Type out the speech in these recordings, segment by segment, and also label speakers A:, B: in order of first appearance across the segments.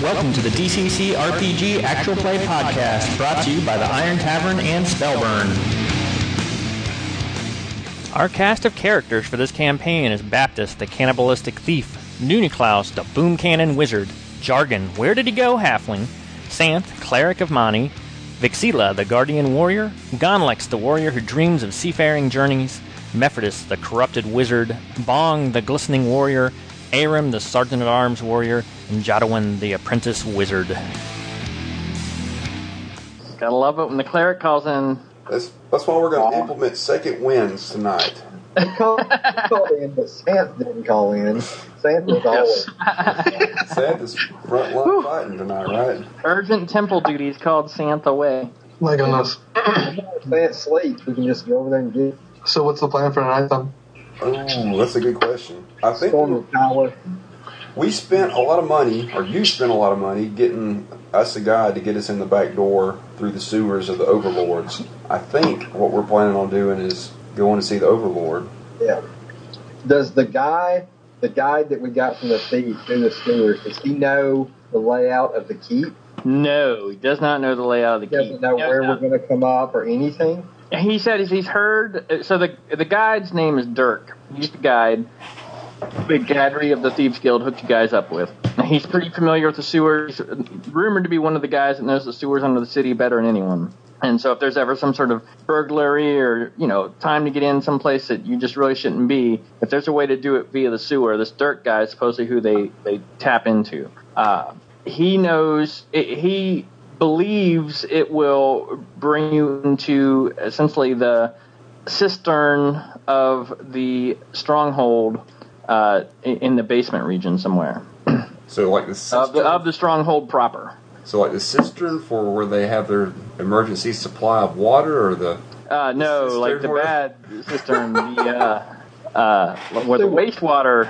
A: Welcome to the DCC RPG Actual Play Podcast, brought to you by the Iron Tavern and Spellburn. Our cast of characters for this campaign is Baptist, the cannibalistic thief, Nuniklaus, the boom cannon wizard, Jargon, where did he go, halfling, Santh, cleric of Mani, Vixila, the guardian warrior, Gonlex, the warrior who dreams of seafaring journeys, Mephrodis, the corrupted wizard, Bong, the glistening warrior, Aram, the sergeant at arms warrior, and Jadawin, the apprentice wizard.
B: Gotta love it when the cleric calls in.
C: That's that's why we're going to implement second wins tonight.
D: called, called in, but Santh didn't call in. Santh was always.
C: Sad is front line fighting tonight, right?
B: Urgent temple duties called Santh away.
E: My goodness.
D: If Santh sleeps, we can just go over there and get
E: So what's the plan for tonight then?
C: Ooh, that's a good question. I think
D: Storm
C: we,
D: of Power.
C: we spent a lot of money, or you spent a lot of money, getting us a guy to get us in the back door through the sewers of the overlords. I think what we're planning on doing is going to see the overlord.
D: Yeah. Does the guy, the guide that we got from the thief through the sewers, does he know the layout of the keep?
B: No, he does not know the layout of
D: He
B: the keep.
D: doesn't know
B: Does
D: where
B: not.
D: we're going to come up or anything?
B: He said he's heard. So the the guide's name is Dirk. He's the guide. Big Gadry of the Thieves Guild hooked you guys up with. He's pretty familiar with the sewers. Rumored to be one of the guys that knows the sewers under the city better than anyone. And so if there's ever some sort of burglary or you know time to get in someplace that you just really shouldn't be, if there's a way to do it via the sewer, this Dirk guy is supposedly who they they tap into. Uh, he knows. He believes it will bring you into essentially the cistern of the stronghold uh, in in the basement region somewhere
C: So like
B: of
C: the
B: the,
C: cistern,
B: of the stronghold proper.
C: so like the cistern for where they have their emergency supply of water, or the
B: Uh, no,
C: Cistern
B: like the
C: where-
B: bad cistern, the uh, uh, where the wastewater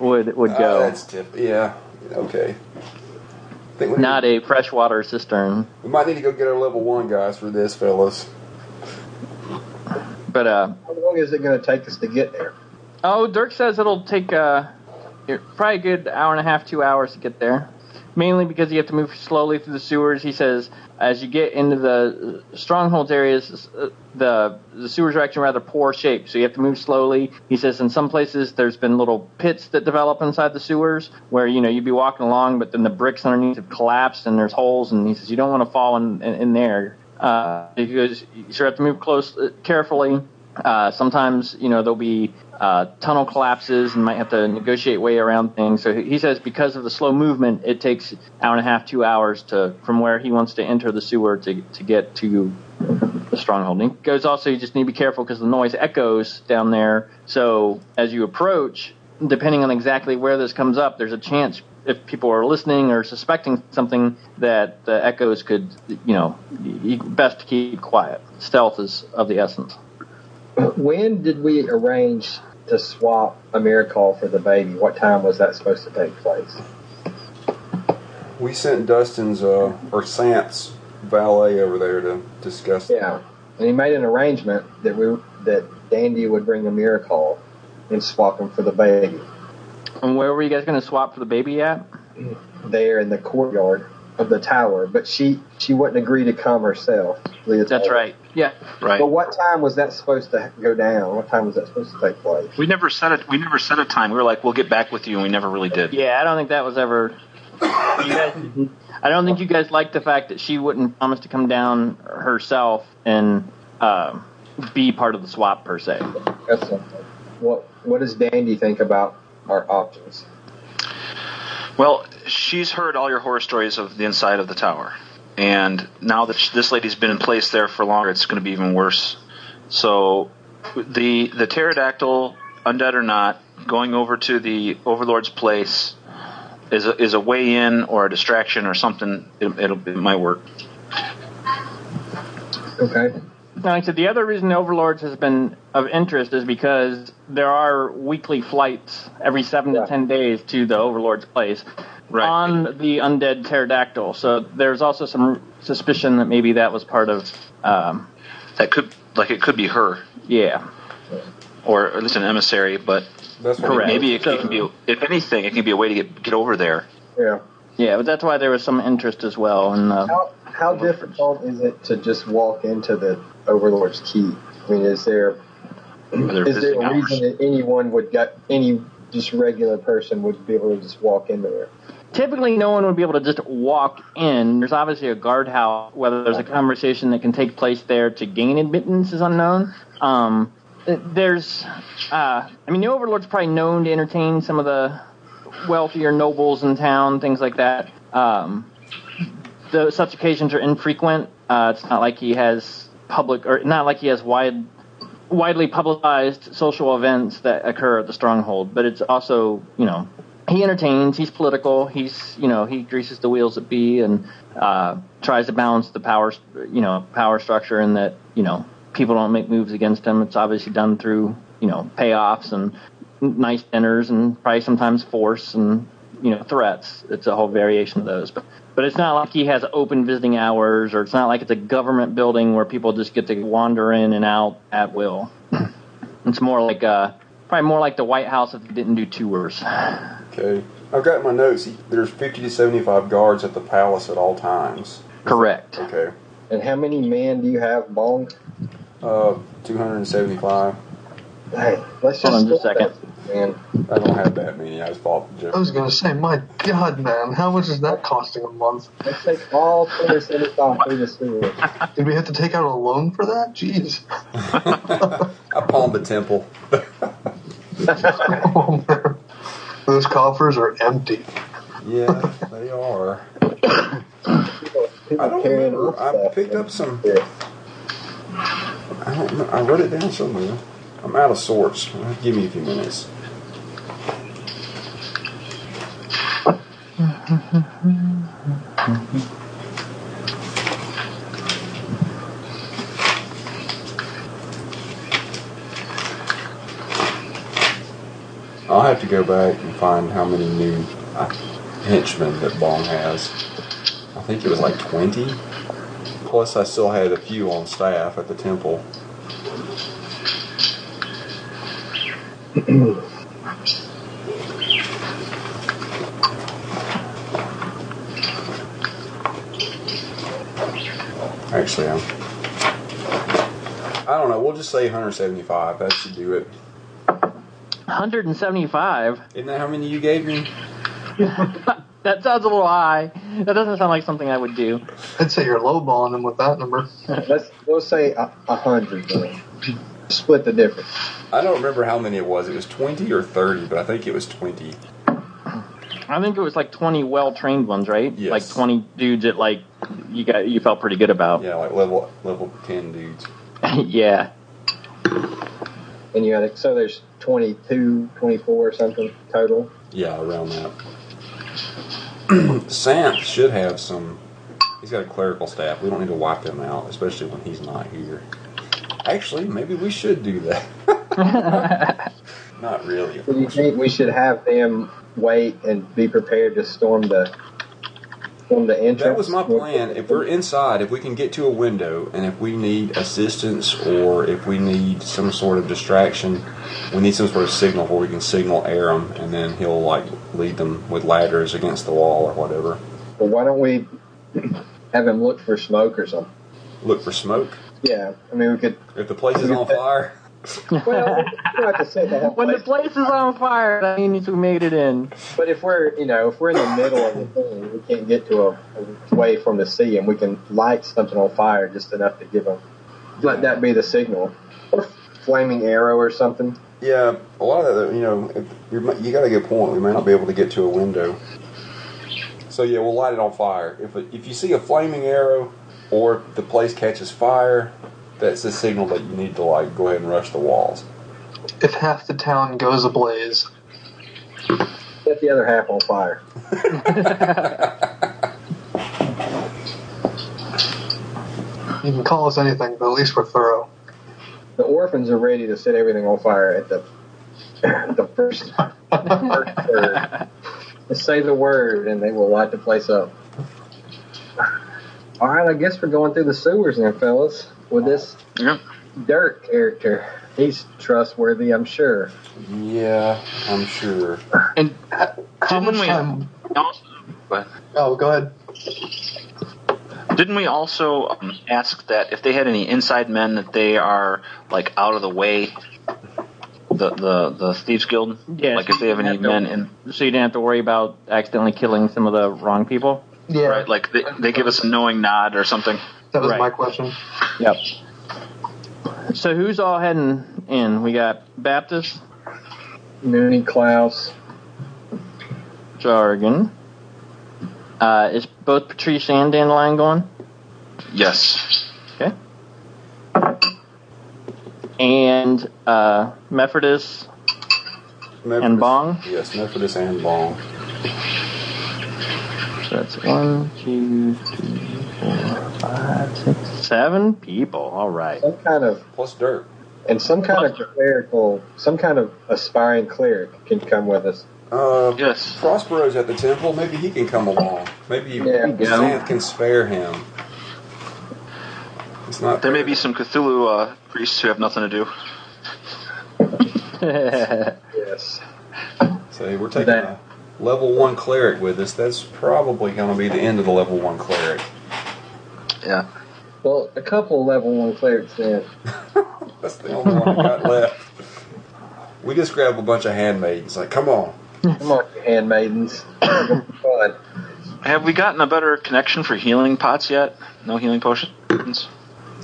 B: would would
C: Ah,
B: go,
C: that's tip. Yeah. Okay. I think we
B: not a freshwater cistern.
C: We might need to go get our level one guys for this, fellas.
B: But uh,
D: How long is it going to take us to get there?
B: Oh, Dirk says it'll take uh, probably a good hour and a half, two hours to get there. Mainly because you have to move slowly through the sewers. He says as you get into the uh, strongholds areas, uh, the the sewers are actually rather poor shape, so you have to move slowly. He says in some places there's been little pits that develop inside the sewers where you know you'd be walking along, but then the bricks underneath have collapsed and there's holes. And he says you don't want to fall in in, in there. Uh, he goes, you sure have to move close, uh, carefully. Uh, sometimes, you know, there'll be uh, tunnel collapses and might have to negotiate way around things. So he says because of the slow movement, it takes hour and a half, two hours to from where he wants to enter the sewer to to get to the stronghold. And he goes also, you just need to be careful because the noise echoes down there. So as you approach, depending on exactly where this comes up, there's a chance if people are listening or suspecting something that the echoes could, you know, you, best to keep quiet. Stealth is of the essence.
D: When did we arrange to swap a miracle for the baby? What time was that supposed to take place?
C: We sent Dustin's uh, or Sant's valet over there to discuss.
D: Yeah, and he made an arrangement that we that Dandy would bring a miracle and swap him for the baby
B: And where were you guys going to swap for the baby at?
D: there in the courtyard of the tower. But she she wouldn't agree to come herself. Leah
B: That's
D: told me.
B: right. Yeah.
F: Right.
D: But what time was that supposed to go down? What time was that supposed to take place?
F: we never set it. We never set a time. We were like, we'll get back with you, and we never really did.
B: Yeah, I don't think that was ever. You guys, I don't think you guys liked the fact that she wouldn't promise to come down herself and uh, be part of the swap per se.
D: That's something. What what does Dandy think about our options?
F: Well, she's heard all your horror stories of the inside of the tower, and now that sh- this lady's been in place there for longer, it's going to be even worse. So, the the pterodactyl, undead or not, going over to the Overlord's place is a, is a way in or a distraction or something. It, it'll, it might work.
D: Okay.
B: Now, like I said, the other reason the Overlords has been of interest is because there are weekly flights every seven
D: Yeah.
B: to ten days to the Overlord's place
F: Right.
B: on the undead pterodactyl. So there's also some suspicion that maybe that was part of. Um,
F: That could like it could be her
B: yeah.
F: or at least an emissary, but
C: That's what
B: Correct.
F: Maybe it, it can be. If anything, it can be a way to get get over there.
D: Yeah.
B: Yeah, but that's why there was some interest as well. And uh,
D: How how difficult is it to just walk into the Overlord's keep? I mean, is there
F: Are there
D: is there
F: visiting
D: a
F: hours?
D: reason that anyone would get any just regular person would be able to just walk into there?
B: typically, no one would be able to just walk in. There's obviously a guardhouse. Whether there's a conversation that can take place there to gain admittance is unknown. Um, th- there's, uh, I mean, the Overlord's probably known to entertain some of the wealthier nobles in town, things like that. Um, though such occasions are infrequent. Uh, it's not like he has public, or not like he has wide, widely publicized social events that occur at the stronghold. But it's also, you know, he entertains. He's political. He's, you know, he greases the wheels at B and uh, tries to balance the power, you know, power structure in that, you know, people don't make moves against him. It's obviously done through, you know, payoffs and nice dinners and probably sometimes force and you know threats. It's a whole variation of those. But but it's not like he has open visiting hours, or it's not like it's a government building where people just get to wander in and out at will. it's more like uh, probably more like the White House if they didn't do tours.
C: Okay. I've got in my notes. There's 50 to 75 guards at the palace at all times.
B: Correct.
C: Okay.
D: And how many men do you have, Bong?
C: Uh, 275.
D: Hey, let's just
B: Hold on just a
D: stop that, man.
C: I don't have that many. I just bought
E: I
C: just
E: was gonna say, my God, man, how much is that costing a month?
D: Let's take all Tennis and it's all through the sewer.
E: Did we have to take out a loan for that? Jeez.
C: I pawned the temple.
E: Oh, Those coffers are empty.
C: yeah, they are.
D: People, people
C: I don't
D: carrying
C: remember.
D: our
C: I
D: stuff.
C: picked up some.
D: Yeah.
C: I don't. remember. I wrote it down somewhere. I'm out of sorts. Give me a few minutes. I'll have to go back and find how many new uh, henchmen that Bong has. I think it was like 20. Plus, I still had a few on staff at the temple. Actually, I'm. I don't know. We'll just say 175. That should do it.
B: 175.
C: Isn't that how many you gave me?
B: That sounds a little high. That doesn't sound like something I would do.
E: I'd say you're lowballing them with that number.
D: Let's we'll say a, a hundred. then. Split the difference.
C: I don't remember how many it was. It was 20 or 30, but I think it was 20.
B: I think it was like 20 well-trained ones, right?
C: Yes.
B: Like 20 dudes that like you got you felt pretty good about.
C: Yeah, like level level 10 dudes.
B: yeah.
D: And you had so there's 22, 24 or something total.
C: Yeah, around that. Sam should have some. He's got a clerical staff. We don't need to wipe him out, especially when he's not here. Actually, maybe we should do that. not really.
D: Do you think we should have them wait and be prepared to storm the storm the entrance?
C: That was my plan. If we're inside, if we can get to a window, and if we need assistance or if we need some sort of distraction, we need some sort of signal where we can signal air him, and then he'll like lead them with ladders against the wall or whatever.
D: Well, why don't we have him look for smoke or something?
C: Look for smoke.
D: Yeah, I mean we could.
C: If the place is on fire,
D: Well, we don't have to set the whole
B: When the
D: place,
B: place is on fire, that means we made it in.
D: but if we're you know if we're in the middle of the thing, we can't get to a, a way from the sea, and we can light something on fire just enough to give them. Let that be the signal, or flaming arrow or something.
C: Yeah, a lot of that, you know, if you mi- you got a good point. We may not be able to get to a window. So yeah, we'll light it on fire. If it- if you see a flaming arrow, or if the place catches fire, that's a signal that you need to like go ahead and rush the walls.
E: If half the town goes ablaze,
D: Set the other half on fire.
E: you can call us anything, but at least we're thorough.
D: The orphans are ready to set everything on fire at the the first, first word. Just say the word, and they will light the place up. All right, I guess we're going through the sewers now, fellas. With this
F: Yep.
D: Dirk character, he's trustworthy, I'm sure.
C: Yeah, I'm sure.
F: And
E: How
F: Didn't
E: much
F: we-
E: time?
F: also, But
E: Oh, go ahead.
F: didn't we also um, ask that if they had any inside men that they are like out of the way? The the the thieves guild.
B: Yes.
F: Like if they have any men in
B: so you didn't have to worry about accidentally killing some of the wrong people.
E: Yeah,
F: right, like they, they give us a knowing nod or something.
E: that was
B: right.
E: my question.
B: Yep. So who's all heading in? We got Baptist,
D: Mooney, Klaus,
B: Jargon. Uh, is both Patrice and Dandelion going?
F: Yes.
B: Okay. And uh, Methodist
C: Methodist-
B: and Bong.
C: Yes, Methodist and Bong.
B: So that's one, two, three, four, five, six, seven people. All right.
D: some kind of
C: Plus Dirk.
D: and some kind of clerical, some kind of aspiring cleric can come with us.
C: Uh,
F: Yes.
C: Prospero's at the temple. Maybe he can come along. Maybe
D: There you go.
C: Xanth can spare him. It's not.
F: There may be some Cthulhu uh, priests who have nothing to do.
D: Yes.
C: Say we're taking
D: that-
C: a level one cleric with us. That's probably going to be the end of the level one cleric.
F: Yeah.
D: Well, a couple of level one clerics then.
C: That's the only one we got left. We just grabbed a bunch of handmaidens. Like, come on.
D: Come on, you handmaidens. Fun.
F: Have we gotten a better connection for healing pots yet? No healing potions.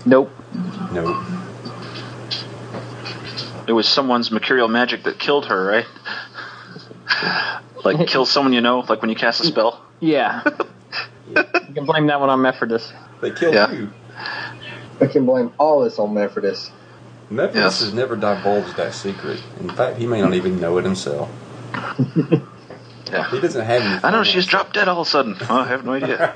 B: Nope.
C: No.
F: It was someone's mercurial magic that killed her, right? like kill someone you know, like when you cast a spell.
B: Yeah. you can blame that one on Methodist.
C: They killed
F: Yeah.
C: you.
D: We can blame all this on Mephrodis.
C: Memphis
F: Yes.
C: has never divulged that secret. In fact, he may not even know it himself.
F: Yeah.
C: He doesn't have any.
F: I know she's dropped dead all of a sudden. Oh, I have no idea.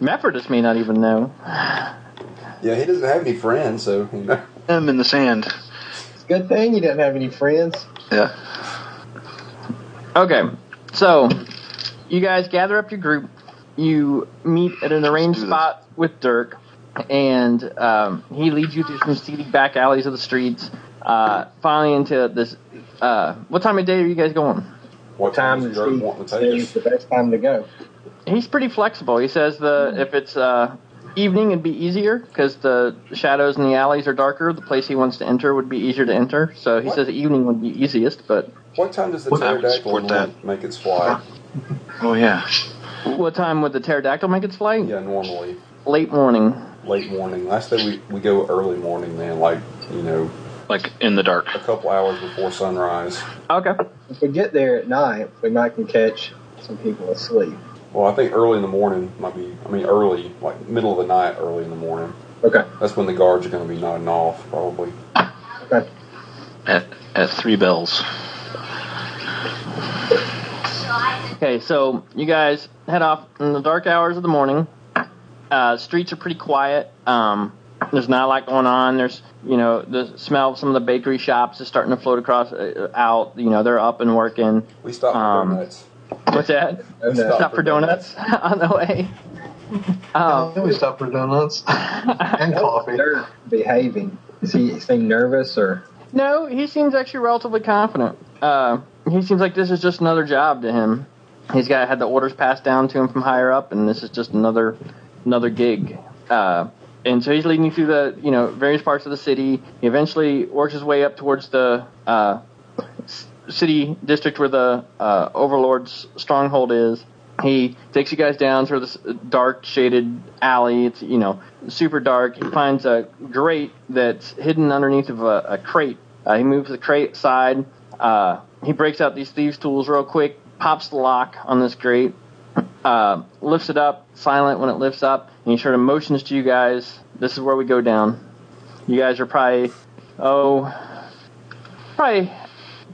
B: Methodist may not even know.
C: Yeah, he doesn't have any friends, so you know.
F: M in the sand.
D: It's a good thing you didn't have any friends.
F: Yeah.
B: Okay, so you guys gather up your group. You meet at an arranged
F: do this.
B: spot with Dirk, and um, he leads you through some seedy back alleys of the streets. Uh, finally, into this. Uh, what time of day are you guys going?
C: What
D: Time
C: does
D: is
C: Dirk want to take
D: is
C: us?
D: the best time to go.
B: He's pretty flexible. He says the if it's uh, evening, it'd be easier because the shadows in the alleys are darker. The place he wants to enter would be easier to enter. So he
C: What?
B: says evening would be easiest. But
C: What time does the
F: I would
C: pterodactyl
F: support
C: norm- make its flight?
F: Oh yeah.
B: what time would the pterodactyl make its flight?
C: Yeah, normally
B: Late morning.
C: late morning. Last day we we go early morning, man. Like you know,
F: Like in the dark.
C: a couple hours before sunrise.
B: Okay.
D: If we get there at night, we might can catch some people asleep.
C: Well, I think early in the morning might be. I mean, early, like middle of the night, early in the morning.
D: Okay.
C: That's when the guards are going to be nodding off, probably.
D: Okay.
F: At at three bells.
B: Okay, so you guys head off in the dark hours of the morning. Uh, streets are pretty quiet. Um, there's not a lot going on. There's, you know, the smell of some of the bakery shops is starting to float across uh, out. You know, they're up and working.
C: We stopped
B: Um,
C: for donuts.
B: What's that?
D: Oh, no.
C: Stop.
B: Stop for donuts on the way. Um,
E: Then we stopped for donuts and coffee.
D: They're behaving. Is he seem nervous or?
B: no, he seems actually relatively confident. Uh, he seems like this is just another job to him. He's got had the orders passed down to him from higher up, and this is just another another gig. Uh, and so he's leading you through the you know various parts of the city. He eventually works his way up towards the uh, s- city district where the uh, overlord's stronghold is. He takes you guys down through this dark shaded alley. It's you know super dark. He finds a grate that's hidden underneath of a, a crate. Uh, he moves the crate aside. Uh, he breaks out these thieves' tools real quick. Pops the lock on this grate uh, lifts it up, silent when it lifts up, and he sort of motions to you guys. This is where we go down. You guys are probably, oh, probably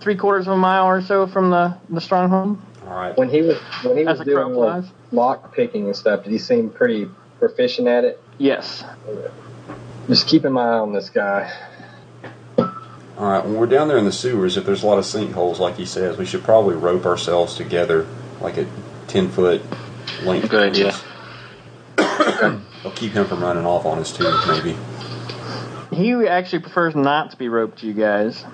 B: three quarters of a mile or so from the, the stronghold.
C: All right.
D: When he was when he
B: As
D: was
B: the crow
D: doing like,
B: flies?
D: lock picking and stuff, did he seem pretty proficient at it?
B: Yes.
D: Just keeping my eye on this guy.
C: All right. When we're down there in the sewers, if there's a lot of sinkholes, like he says, we should probably rope ourselves together, like at ten foot length.
F: Good idea.
C: It'll keep him from running off on us too, maybe.
B: He actually prefers not to be roped to you guys.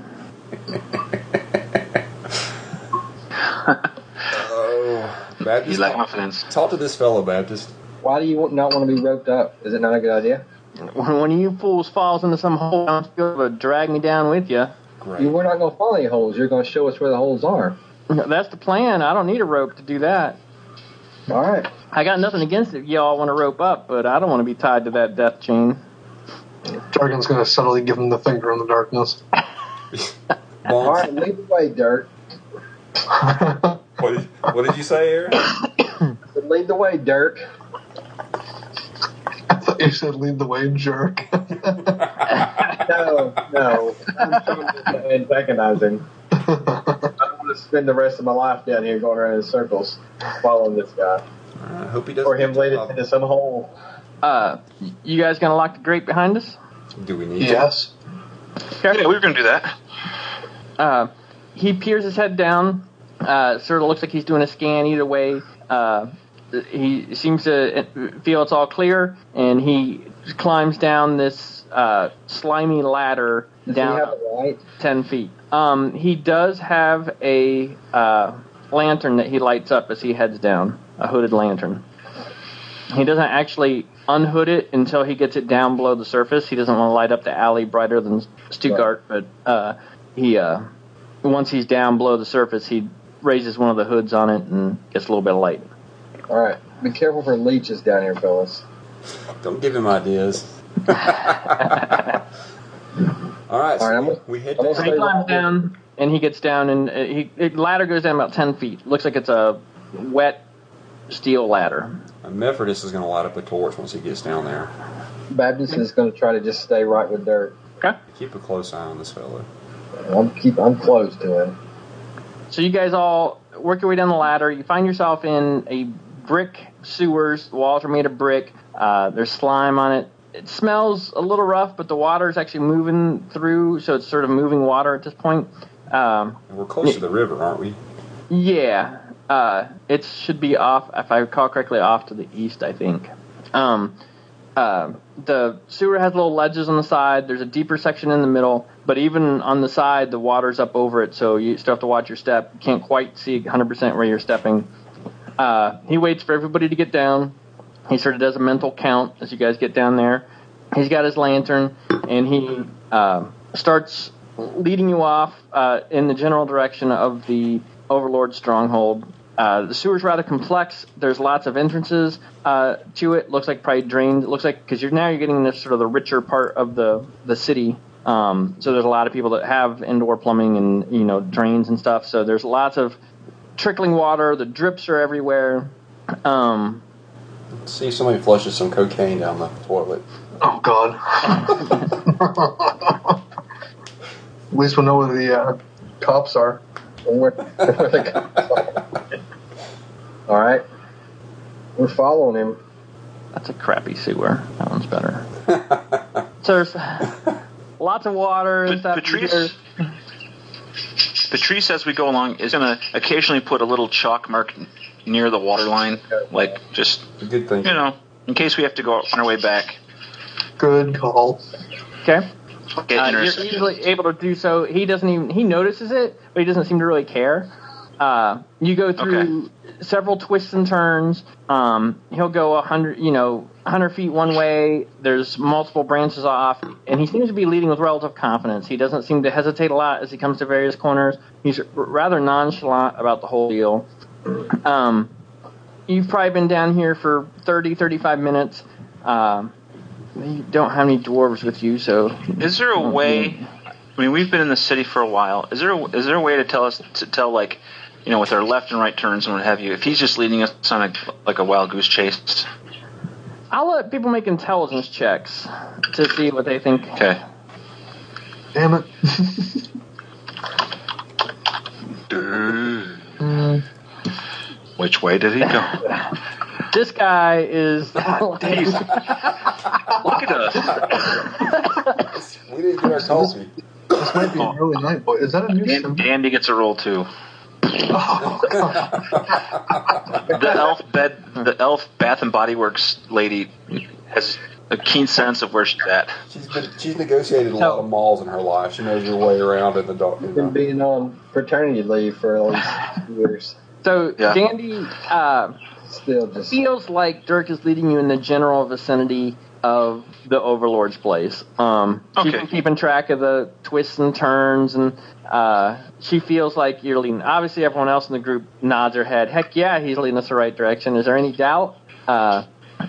C: Oh,
F: He's
C: Baptist.
F: like confidence.
C: Talk to this fellow, Baptist.
D: Why do you want- not want to be roped up? Is it not a good idea?
B: When one of you fools falls into some hole, I'm going to drag me down with you.
C: Great.
D: You, we're not going to find any holes. You're going to show us where the holes are.
B: That's the plan. I don't need a rope to do that.
D: All right.
B: I got nothing against it. Y'all want to rope up, but I don't want to be tied to that death chain.
E: Jargon's gonna subtly give him the finger in the darkness.
D: All
C: Bonk.
D: right. Lead the way, Dirk.
C: What did, what did you say, Aaron?
D: Lead the way, Dirk.
E: I thought you said lead the way, jerk.
D: No, no. I'm trying to antagonize him. I'm going to spend the rest of my life down here going around in circles following this guy.
C: I hope he doesn't.
D: Or him
C: get
D: leading
C: to
D: into some hole.
B: Uh, you guys going to lock the grate behind us?
C: love. Do we need
E: yes.
F: Yeah, we were gonna do that.
B: Uh, he peers his head down. Uh, sort of looks like he's doing a scan. Either way, uh, he seems to uh, feel it's all clear, and he climbs down this uh, slimy ladder
D: Does
B: down
D: he have a light?
B: 10 feet. Um, he does have a uh, lantern that he lights up as he heads down, a hooded lantern. He doesn't actually unhood it until he gets it down below the surface. He doesn't want to light up the alley brighter than Stuttgart, but uh, he uh, once he's down below the surface, he raises one of the hoods on it and gets a little bit of light.
D: All right. Be careful for leeches down here, fellas.
C: to? Don't give him ideas. All right, so
D: All right, I'm-
C: we, we head
D: I'm
C: down.
D: also-
B: He climbs down and he gets down and uh, he the ladder goes down about 10 feet. Looks like it's a wet steel ladder.
C: Uh, Mephrodis is going to light up a torch once he gets down there.
D: Baptist is going to try to just stay right with Dirk.
B: Okay.
C: Keep a close eye on this fellow.
D: I'm keep. I'm close to him.
B: So you guys all work your way down the ladder. You find yourself in a brick sewers. The walls are made of brick. Uh, there's slime on it. It smells a little rough, but the water is actually moving through, so it's sort of moving water at this point. Um,
C: And we're close to the river, aren't we?
B: yeah, uh, it should be off, if I recall correctly, off to the east, I think. Um, uh, the sewer has little ledges on the side. There's a deeper section in the middle, but even on the side, the water's up over it, so you still have to watch your step. You can't quite see 100% where you're stepping. Uh, he waits for everybody to get down. He sort of does a mental count as you guys get down there. He's got his lantern, and he um starts leading you off uh, in the general direction of the Overlord stronghold. Uh, the sewer's rather complex. There's lots of entrances uh, to it. Looks like probably drained. It looks like because you're now you're getting this sort of the richer part of the the city. Um, so there's a lot of people that have indoor plumbing and you know drains and stuff. So there's lots of trickling water. The drips are everywhere. Um,
C: See if somebody flushes some cocaine down the toilet.
E: Oh God. At least we know where the uh, cops are.
D: And we're- All right. We're following him.
B: That's a crappy sewer. That one's better. so there's lots of water and
F: Pat-
B: stuff.
F: Patrice. Patrice, as we go along, is gonna occasionally put a little chalk mark n- near the water line, like just
C: Good thing.
F: you know, in case we have to go on our way back.
E: Good call.
B: Okay.
F: Get
B: Uh, you're
F: intercepted.
B: easily able to do so. He doesn't even he notices it, but he doesn't seem to really care. Uh, you go through several twists and turns. Um, he'll go a hundred, you know, hundred feet one way. There's multiple branches off, and he seems to be leading with relative confidence. He doesn't seem to hesitate a lot as he comes to various corners. He's r- rather nonchalant about the whole deal. Um, you've probably been down here for 30, 35 minutes. Um, you don't have any dwarves with you, so
F: Is there a way? I mean, we've been in the city for a while. Is there a, is there a way to tell us to tell like, you know, with our left and right turns and what have you? If he's just leading us on a like a wild goose chase.
B: I'll let people make intelligence checks to see what they think.
F: Okay.
E: Damn it.
F: Which way did he go? Look
B: This guy is. I
F: at us.
C: We didn't get our coffee.
E: This might be an early night, boy. Is that a new
F: Dan-
E: symbol?
F: Dandy gets a roll too.
E: Oh God.
F: The elf bed, the elf Bath and Body Works lady has a keen sense of where she's at.
C: She's been, she's negotiated a lot of malls in her life. She knows her way around in the dark. You
D: Been
C: know.
D: being on paternity leave for all these years.
B: So
F: Yeah.
B: Dandy uh,
D: Still just
B: feels like Dirk is leading you in the general vicinity of the Overlord's place. Um, she's
F: Okay.
B: been keeping track of the twists and turns, and uh, she feels like you're leading. Obviously, everyone else in the group nods their head. Heck yeah, he's leading us the right direction. Is there any doubt? Uh,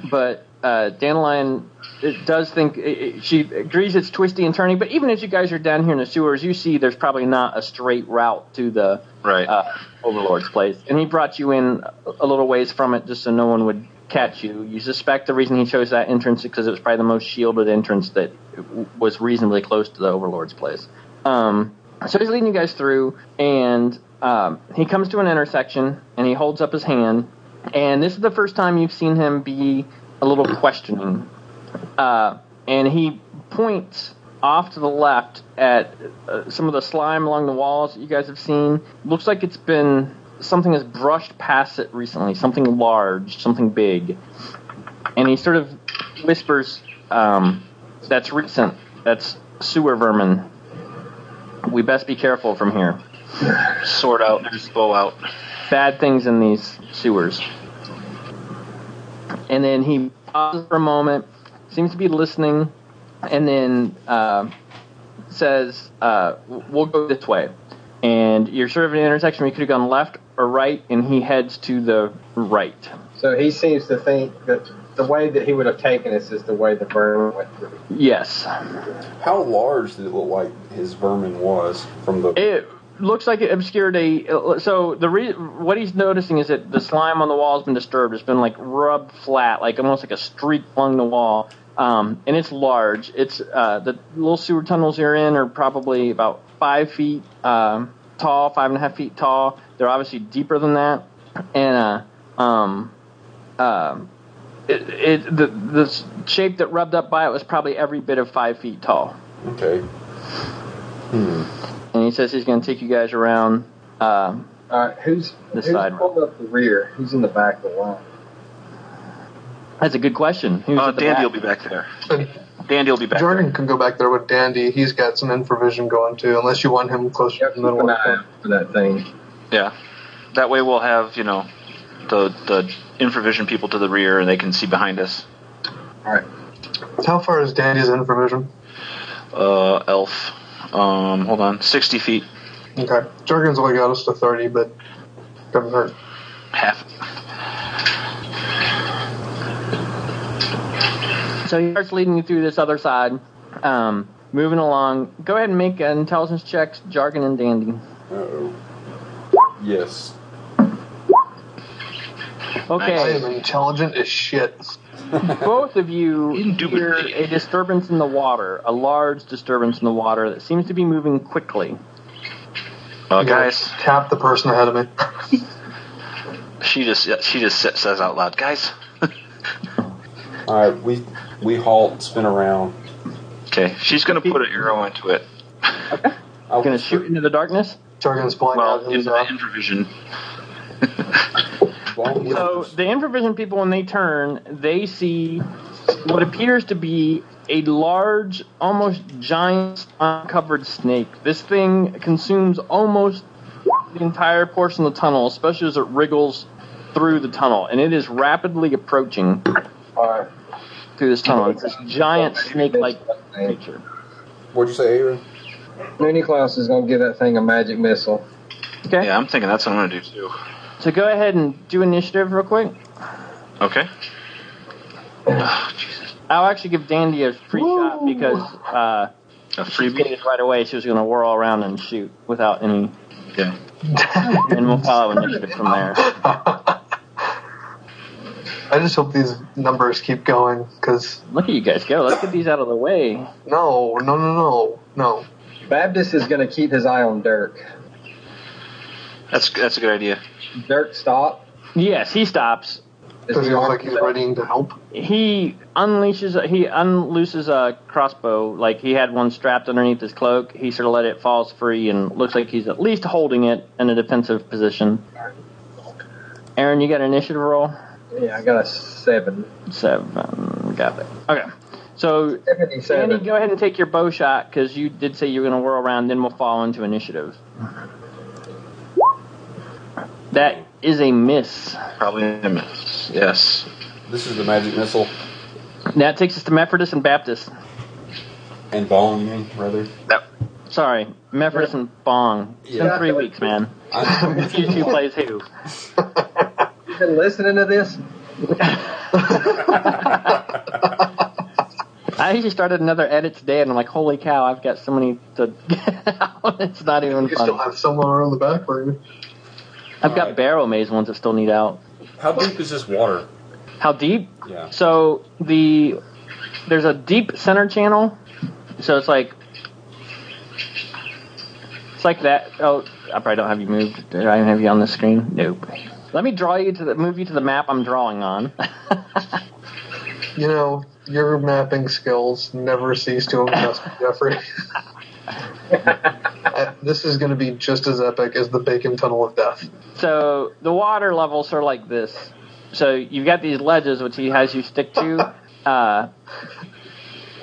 B: but uh, Dandelion it does think it, it- she agrees it's twisty and turny. But even as you guys are down here in the sewers, you see there's probably not a straight route to the
F: Right.
B: uh, Overlord's place, and he brought you in a little ways from it just so no one would catch you. You suspect the reason he chose that entrance is because it was probably the most shielded entrance that w- was reasonably close to the Overlord's place. Um, so he's leading you guys through, and um, he comes to an intersection, and he holds up his hand, and this is the first time you've seen him be a little questioning uh, and he points off to the left at uh, some of the slime along the walls that you guys have seen. Looks like it's been something has brushed past it recently, something large, something big. And he sort of whispers, um, "That's recent. That's sewer vermin. We best be careful from here.
F: Sword out, bow out.
B: Bad things in these sewers." And then he pauses for a moment, seems to be listening, and then uh, says, uh, "We'll go this way." And you're sort of at an intersection. where You could have gone left or right, and he heads to the right.
D: so he seems to think that the way that he would have taken us is the way the vermin went through.
B: Yes,
C: How large did it look like his vermin was from the?
B: it looks like it obscured a. So the re- what he's noticing is that the slime on the wall has been disturbed. It's been like rubbed flat, like almost like a streak along the wall. Um, and it's large. It's uh, the little sewer tunnels you're in are probably about five feet um, tall, five and a half feet tall. They're obviously deeper than that, and uh, um, um, it, it, the the shape that rubbed up by it was probably every bit of five feet tall
C: Okay. Hmm.
B: and he says he's going to take you guys around. Uh,
D: All right, who's
B: This
D: who's
B: side
D: pulled up the rear? Who's in the back of the line?
B: that's a good question. Who's
F: Uh,
B: at the
F: Dandy
B: back?
F: will be back there.
E: And
F: Dandy will be back
E: Jordan can go back there with Dandy. He's got some infravision going too, unless you want him closer
D: Yeah,
E: to the
D: keep an
E: middle.
D: eye out for that thing.
F: there. Yeah. That way we'll have, you know, the the infravision people to the rear and they can see behind us.
D: All right.
E: How far is Dandy's infravision?
F: Uh, elf. Um, hold on. 60 feet.
E: Okay. Jorgen's only got us to 30, but doesn't hurt.
F: Half. uh,
B: So he starts leading you through this other side, um, moving along. Go ahead and make an intelligence checks, jargon and dandy.
C: Uh oh. Yes.
E: I
B: Okay,
E: am intelligent as shit.
B: both of you hear
F: Indubitably.
B: a disturbance in the water, a large disturbance in the water that seems to be moving quickly.
F: Uh,
E: I gotta
F: guys,
E: Tap the person ahead of me.
F: she just yeah, she just sa- says out loud, guys.
C: All right. We we halt, spin around.
F: Okay, she's gonna put an arrow into it.
C: I'm
B: Going to shoot into the darkness.
E: Jorgen's blind
F: Well,
E: out
F: into
E: his
F: the
E: uh,
F: infravision.
B: So the improvision people, when they turn, they see what appears to be a large, almost giant, uncovered snake. This thing consumes almost the entire portion of the tunnel, especially as it wriggles through the tunnel, and it is rapidly approaching
D: All right.
B: through this tunnel. Oh, It's this giant snake-like
D: thing.
B: creature.
C: What'd you say, Aaron?
D: Mooney Klaus is gonna give that thing a magic missile.
B: Okay,
F: Yeah, I'm thinking that's what I'm gonna do too.
B: so go ahead and do initiative real quick.
F: Okay. Oh, Jesus.
B: I'll actually give Dandy a free shot because uh,
F: A
B: she
F: freebie.
B: stated right away she was going to whirl around and shoot without any
F: Yeah.
B: and we'll follow initiative from there.
E: I just hope these numbers keep going, because
B: Look at you guys go. Let's get these out of the way.
E: no, no, no, no, no.
D: Baptist is gonna keep his eye on Dirk.
F: That's that's a good idea.
D: Dirk, stop.
B: Yes, he stops.
D: Is
E: Does he look
D: armed?
E: like he's readying to help?
B: He unleashes. He unlooses a crossbow. Like he had one strapped underneath his cloak. He sort of let it fall free and looks like he's at least holding it in a defensive position. Aaron, you got an initiative roll.
D: Yeah, I got a seven.
B: Seven. Got it. Okay. So, Andy,
D: 77.
B: go ahead and take your bow shot because you did say you were going to whirl around. Then we'll fall into initiative. That is a miss.
F: Probably a miss. Yes.
C: This is the magic missile
B: That takes us to Methodist and Baptist.
C: and bong, rather.
F: That,
B: Sorry, Methodist and Bong. It's been
D: Yeah.
B: three weeks, man.
C: I,
B: Confused who plays who.
D: You been listening to this?
B: I actually started another edit today, and I'm like, holy cow, I've got so many to. it's not even
E: You still
B: funny.
E: have somewhere on the back burner.
B: I've got barrel maze ones that still need out.
C: how deep is this water?
B: How deep?
C: Yeah.
B: So the there's a deep center channel, so it's like it's like that. Oh, I probably don't have you moved. Did I have you on the screen? Nope. Let me draw you to the move you to the map I'm drawing on.
E: You know, your mapping skills never cease to impress me, Jeffrey. Uh, this is going to be just as epic as the Bacon Tunnel of Death.
B: So the water levels are like this. So you've got these ledges which he has you stick to, uh,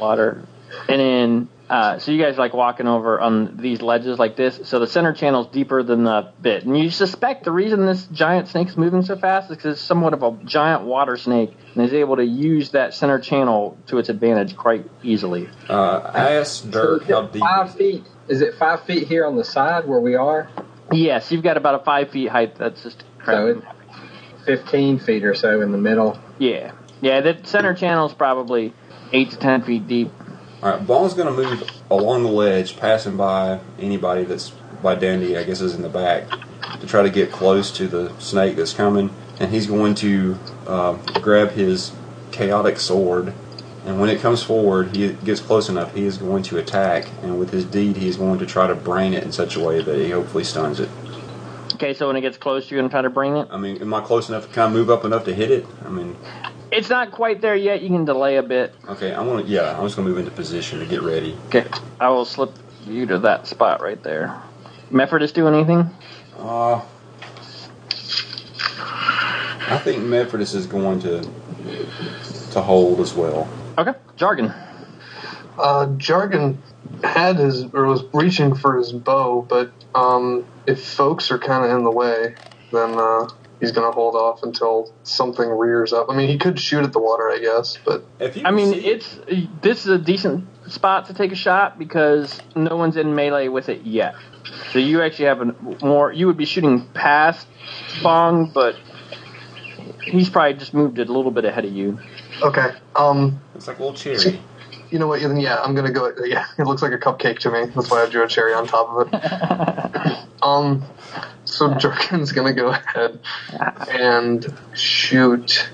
B: water, and then uh, so you guys are like walking over on these ledges like this. So the center channel's deeper than the bit, and you suspect the reason this giant snake's moving so fast is because it's somewhat of a giant water snake and is able to use that center channel to its advantage quite easily.
C: Uh, I asked
D: So
C: Dirk
D: is
C: how
D: it
C: deep.
D: five feet. Is it five feet here on the side where we are?
B: Yes, you've got about a five feet height. That's just
D: So
B: crap.
D: it's 15 feet or so in the middle.
B: Yeah, yeah. The center channel's probably eight to ten feet deep.
C: All right, Bong's going to move along the ledge, passing by anybody that's by Dandy, I guess, is in the back to try to get close to the snake that's coming. And he's going to um grab his chaotic sword. And when it comes forward, he gets close enough, he is going to attack. And with his deed, he's going to try to brain it in such a way that he hopefully stuns it.
B: Okay, so when it gets close, you're gonna try to bring it.
C: I mean, am I close enough to kind of move up enough to hit it? I mean,
B: It's not quite there yet. You can delay a bit.
C: okay, I want to, yeah, I'm just going to move into position to get ready.
B: Okay, I will slip you to that spot right there. Mephrodis do anything?
C: Uh, I think Memphis is going to to hold as well.
B: Okay, jargon.
E: Uh, Jargon had his, or was reaching for his bow, but um, if folks are kind of in the way, then uh, he's going to hold off until something rears up. I mean, he could shoot at the water, I guess, but
C: If you
B: I
C: can
B: mean,
C: see-
B: it's this is a decent spot to take a shot because no one's in melee with it yet. So you actually have a more. You would be shooting past Bong, but he's probably just moved it a little bit ahead of you.
E: okay. Um,
C: it's like a little cherry.
E: you know what? Then yeah, I'm gonna go. Yeah, it looks like a cupcake to me. That's why I drew a cherry on top of it. um, so Jerkin's gonna go ahead and shoot.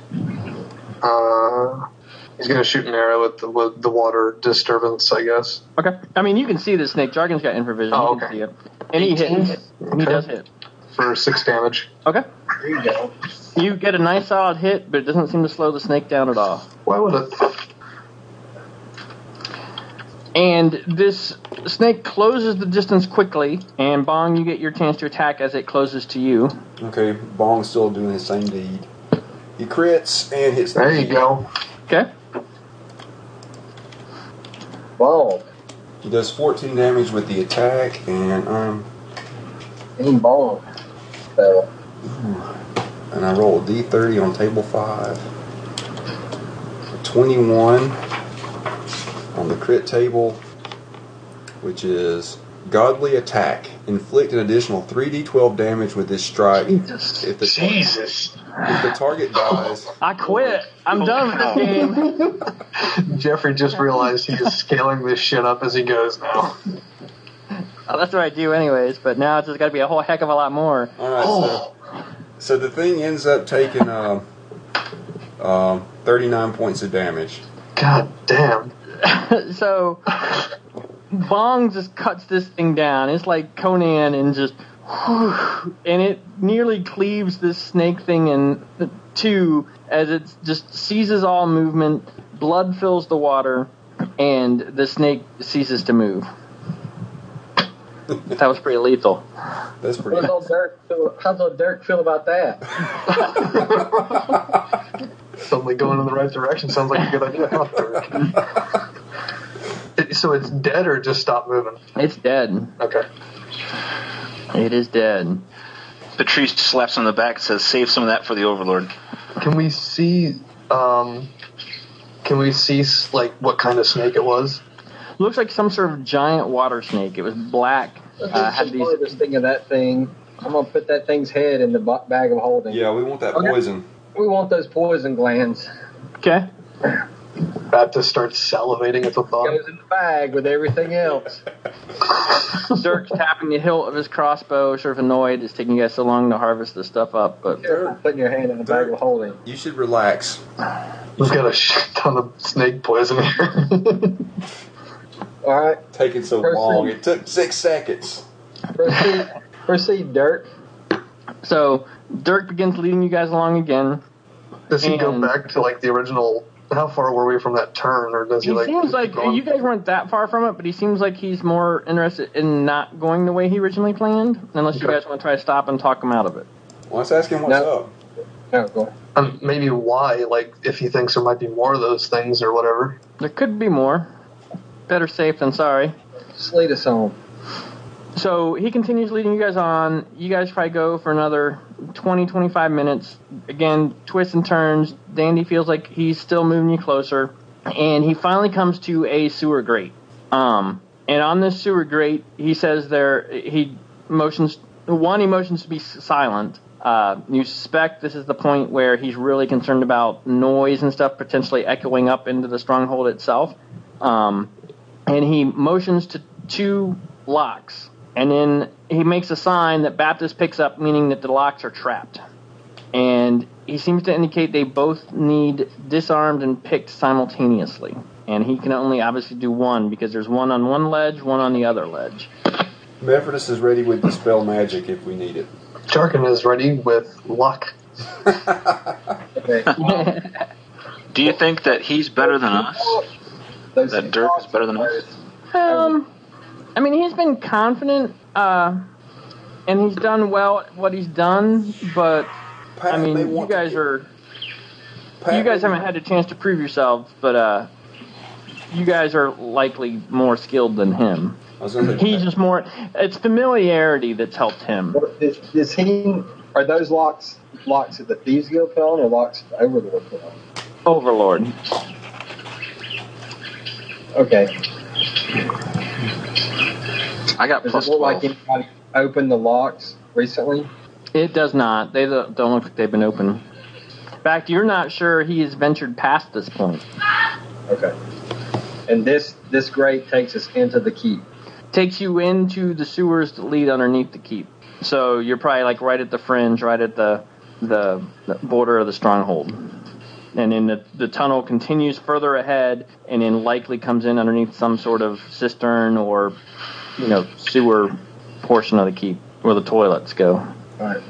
E: Uh, he's gonna shoot an arrow at the with the water disturbance, I guess.
B: Okay. I mean, you can see the snake. Jargon's got infravision.
E: Oh,
B: you can
E: okay.
B: see it. And he hits. He
E: Okay.
B: does hit.
E: For six damage.
B: Okay.
D: There you go.
B: You get a nice solid hit, but it doesn't seem to slow the snake down at all.
E: Why would it?
B: And this snake closes the distance quickly, and Bong, you get your chance to attack as it closes to you.
C: Okay, Bong's still doing his same deed. He crits and hits. the
E: There you
C: deed.
E: go.
B: Okay?
D: Bald.
C: He does 14 damage with the attack, and um,
D: Team bald. So,
C: and I roll a d30 on table five. A 21 on the crit table, which is godly attack. Inflict an additional 3d12 damage with this strike. If the,
E: Jesus.
C: if the target dies,
B: I quit. I'm done with this game.
E: Jeffrey just realized he is scaling this shit up as he goes now.
B: Oh, that's what I do, anyways, but now it's just got to be a whole heck of a lot more.
C: all right. So, so the thing ends up taking um um 39 points of damage.
E: God damn.
B: so Bong just cuts this thing down. It's like Conan and just and it nearly cleaves this snake thing in two as it just seizes all movement, blood fills the water, and the snake ceases to move. that was pretty lethal.
C: That's pretty.
D: how's old Dirk feel, how's old Dirk feel about that?
E: suddenly going in the right direction sounds like a good idea. It- so it's dead or just stop moving?
B: It's dead.
E: Okay.
B: It is dead.
F: Patrice slaps on the back and says, "Save some of that for the Overlord."
E: Can we see? Um, can we see s- like what kind of snake it was?
B: Looks like some sort of giant water snake. It was black. Uh, had these.
D: this thing of that thing. I'm gonna put that thing's head in the bu- bag of holding.
C: Yeah, we want that
E: Okay.
C: poison.
D: We want those poison glands.
B: Okay.
E: Baptist starts salivating at the thought.
D: Goes in the bag with everything else.
B: Dirk's tapping the hilt of his crossbow, sort of annoyed. It's taking you guys so long to harvest this stuff up, but
D: Careful putting your hand in the bag of holding.
C: You should relax.
E: We've got a shit ton of snake poison here.
D: All right,
C: Taking so
D: Person.
C: long. It took six seconds.
D: proceed, proceed, Dirk.
B: so Dirk begins leading you guys along again.
E: does he go
B: And-
E: back to like the original? How far were we from that turn, or does he,
B: He
E: like?
B: seems
E: keep
B: like
E: going?
B: you guys weren't that far from it, but he seems like he's more interested in not going the way he originally planned. Unless you
E: Okay.
B: guys want to try to stop and talk him out of it.
C: Well, let's ask him what's
D: No.
C: up.
D: No, Oh, go ahead.
E: um, maybe why? Like, if he thinks there might be more of those things or whatever.
B: There could be more. Better safe than sorry.
D: Just lead us home.
B: So he continues leading you guys on. You guys probably go for another 20, 25 minutes. Again, twists and turns. Dandy feels like he's still moving you closer. And he finally comes to a sewer grate. Um, and on this sewer grate, he says there, he motions, one, he motions to be s- silent. Uh, you suspect this is the point where he's really concerned about noise and stuff potentially echoing up into the stronghold itself. Um, and he motions to two locks. And then he makes a sign that Baptist picks up, meaning that the locks are trapped. And he seems to indicate they both need disarmed and picked simultaneously. And he can only obviously do one because there's one on one ledge, one on the other ledge.
C: Mephrodis is ready with dispel magic if we need it.
E: Jarkin is ready with luck.
D: Okay.
F: Do you think that he's better than us?
D: Those
F: That Dirk is better than us?
B: Um, I mean, he's been confident, uh, and he's done well at what he's done, but
C: Pat,
B: I mean,
C: they
B: you
C: want to
B: guys
C: get-
B: are.
C: Pat,
B: you guys
C: they-
B: haven't had a chance to prove yourselves, but uh, you guys are likely more skilled than him.
C: I was gonna say,
B: He's
C: Pat-
B: just more. It's familiarity that's helped him.
D: What- Is, is he? Are those locks locks that the thieves guild put on, or locks that Overlord put on?
B: Overlord.
D: Okay.
F: I got
D: Does
F: plus
D: it look
F: twelve.
D: like anybody opened the locks recently?
B: It does not. They don't don't look like they've been open. In fact, you're not sure he has ventured past this point.
D: Okay. And this this grate takes us into the keep.
B: Takes you into the sewers that lead underneath the keep. So you're probably like right at the fringe, right at the the, the border of the stronghold. And then the, the tunnel continues further ahead and then likely comes in underneath some sort of cistern or, you know, sewer portion of the keep where the toilets go.
D: All right.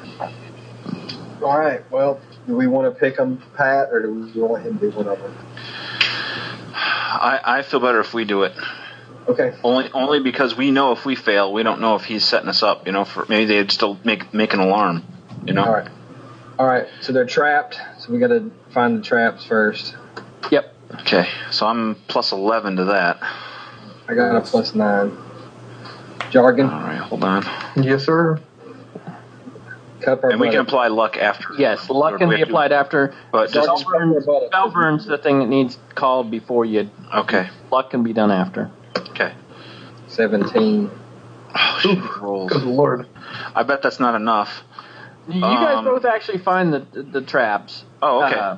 D: All right. Well, do we want to pick him, Pat, or do we want him to do one of them?
F: I, I feel better if we do it.
D: Okay.
F: Only only because we know if we fail, we don't know if he's setting us up. You know, for maybe they'd still make make an alarm. You know.
D: All right. All right. So they're trapped. So we got to find the traps first.
B: Yep.
F: Okay. So I'm plus eleven to that.
D: I got a plus nine. Jargon,
F: All right. Hold on.
E: Yes, sir.
D: cup our
F: And we can
D: butter.
F: apply luck after.
B: Yes, luck can
F: We
B: be
F: have to-
B: applied after.
F: But just
D: Jargon, cup our butter.
B: Spellburn's the thing that needs called before you.
F: okay.
B: Luck can be done after.
F: Okay.
D: Seventeen.
F: Oh, shit, rolls.
E: Good lord.
F: I bet that's not enough.
B: You guys
F: Um,
B: both actually find the the, traps.
F: Oh, okay.
B: Uh,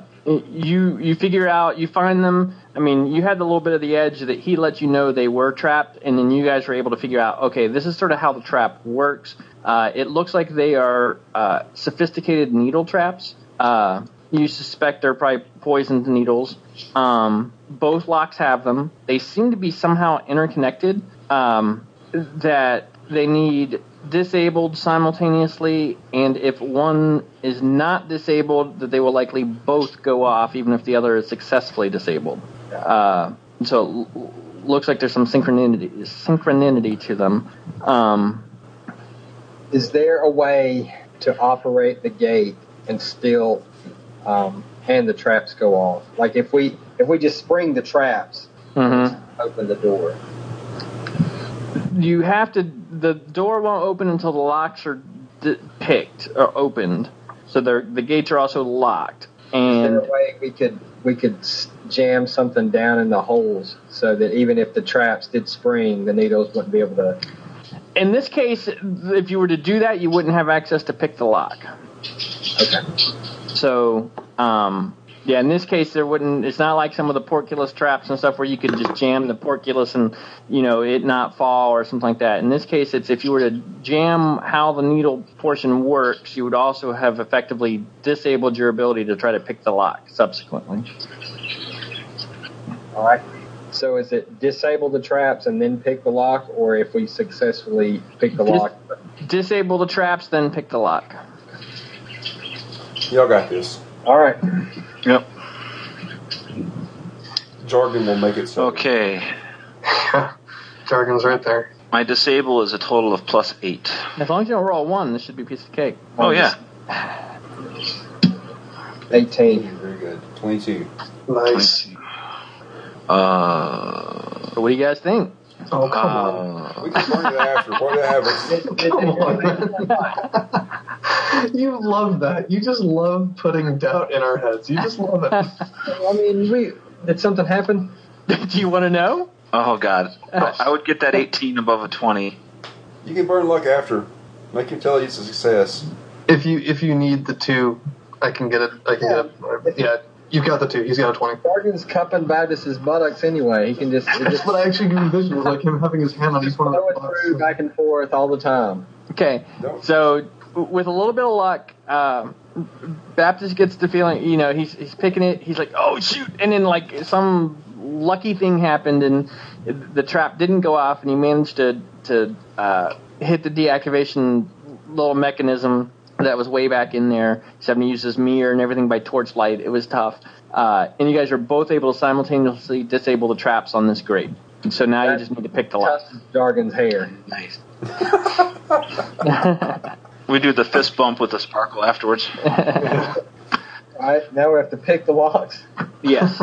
B: you you figure out you find them. I mean, you had the little bit of the edge that he let you know they were trapped, and then you guys were able to figure out. Okay, this is sort of how the trap works. Uh, it looks like they are uh, sophisticated needle traps. Uh, you suspect they're probably poisoned needles. Um, both locks have them. They seem to be somehow interconnected. Um, that they need disabled simultaneously, and if one is not disabled, that they will likely both go off, even if the other is successfully disabled. Uh, so it l- looks like there's some synchronicity, synchronicity to them. Um,
D: Is there a way to operate the gate and still um, and the traps go off. Like if we if we just spring the traps,
B: Mm-hmm.
D: open the door.
B: you have to the door won't open until the locks are d- picked or opened so they're, the gates are also locked
D: Is there
B: and
D: a way we could we could s- jam something down in the holes so that even if the traps did spring, the needles wouldn't be able to.
B: in this case if you were to do that you wouldn't have access to pick the lock
D: Okay.
B: so um, yeah in this case there wouldn't it's not like some of the porculus traps and stuff where you could just jam the porculus and you know it not fall or something like that in this case it's if you were to jam how the needle portion works you would also have effectively disabled your ability to try to pick the lock subsequently
D: All right. So is it disable the traps and then pick the lock, or if we successfully pick the
B: Dis-
D: lock?
B: Disable the traps, then pick the lock.
C: Y'all got this.
D: All right.
F: Yep.
C: Jargon will make it so.
F: Okay.
E: Jargon's right there.
F: My disable is a total of plus eight.
B: As long as you don't roll one, this should be a piece of cake.
F: Oh yeah,
D: Eighteen.
C: Very good. 22.
E: Nice.
F: Uh,
B: So what do you guys think?
E: Oh, come on.
F: uh,
C: We can bring that after. What happens?
E: Come on. you love that. You just love putting doubt in our heads. You just love it.
D: I mean, we did something happen?
B: do you want to know?
F: oh god, I, I would get that eighteen above a twenty.
C: You can burn luck after. Make him tell you it's a success.
E: If you if you need the two, I can get it. I can get it. Uh, Yeah, you've got the two. He's got a twenty.
D: Morgan's cupping Baptist's buttocks anyway. He can just, it
E: That's
D: just
E: what I actually can envision is like him having his hand on each one of
D: throw
E: the
D: it through
E: buttons.
D: back and forth all the time.
B: Okay,
C: Don't.
B: so w- with a little bit of luck, um Baptist gets the feeling, you know, he's he's picking it. He's like, oh shoot! And then like some lucky thing happened, and the trap didn't go off, and he managed to to uh, hit the deactivation little mechanism that was way back in there. He's having to use his mirror and everything by torchlight. It was tough. Uh, and you guys are both able to simultaneously disable the traps on this grade. So now you
D: That's
B: just need to pick the lock.
D: Tuss Jargon's hair.
F: Nice. we do the fist bump with the sparkle afterwards.
D: All right, now we have to pick the locks.
B: Yes.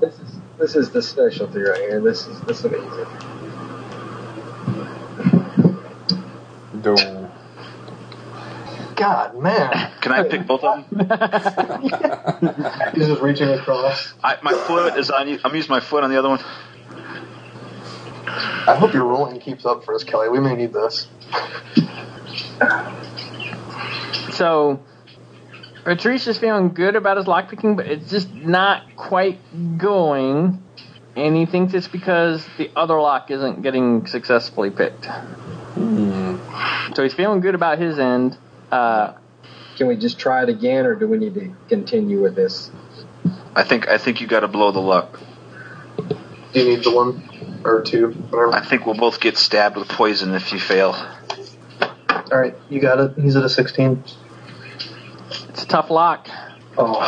D: This is this is the specialty right here. This is this will be easy.
C: Do.
E: God, man,
F: Can I pick both of them?
E: he's just reaching across.
F: I, my foot is on. I'm using my foot on the other one.
E: I hope your rolling keeps up for us, Kelly. We may need this.
B: So, Patrice is feeling good about his lockpicking, but it's just not quite going. And he thinks it's because the other lock isn't getting successfully picked.
F: Hmm.
B: So he's feeling good about his end. Uh,
D: Can we just try it again, or do we need to continue with this?
F: I think. I think you got to blow the luck.
E: Do you need the one or two? Whatever.
F: I think we'll both get stabbed with poison if you fail.
E: All right, you got it. He's at a sixteen.
B: it's a tough lock.
E: Oh.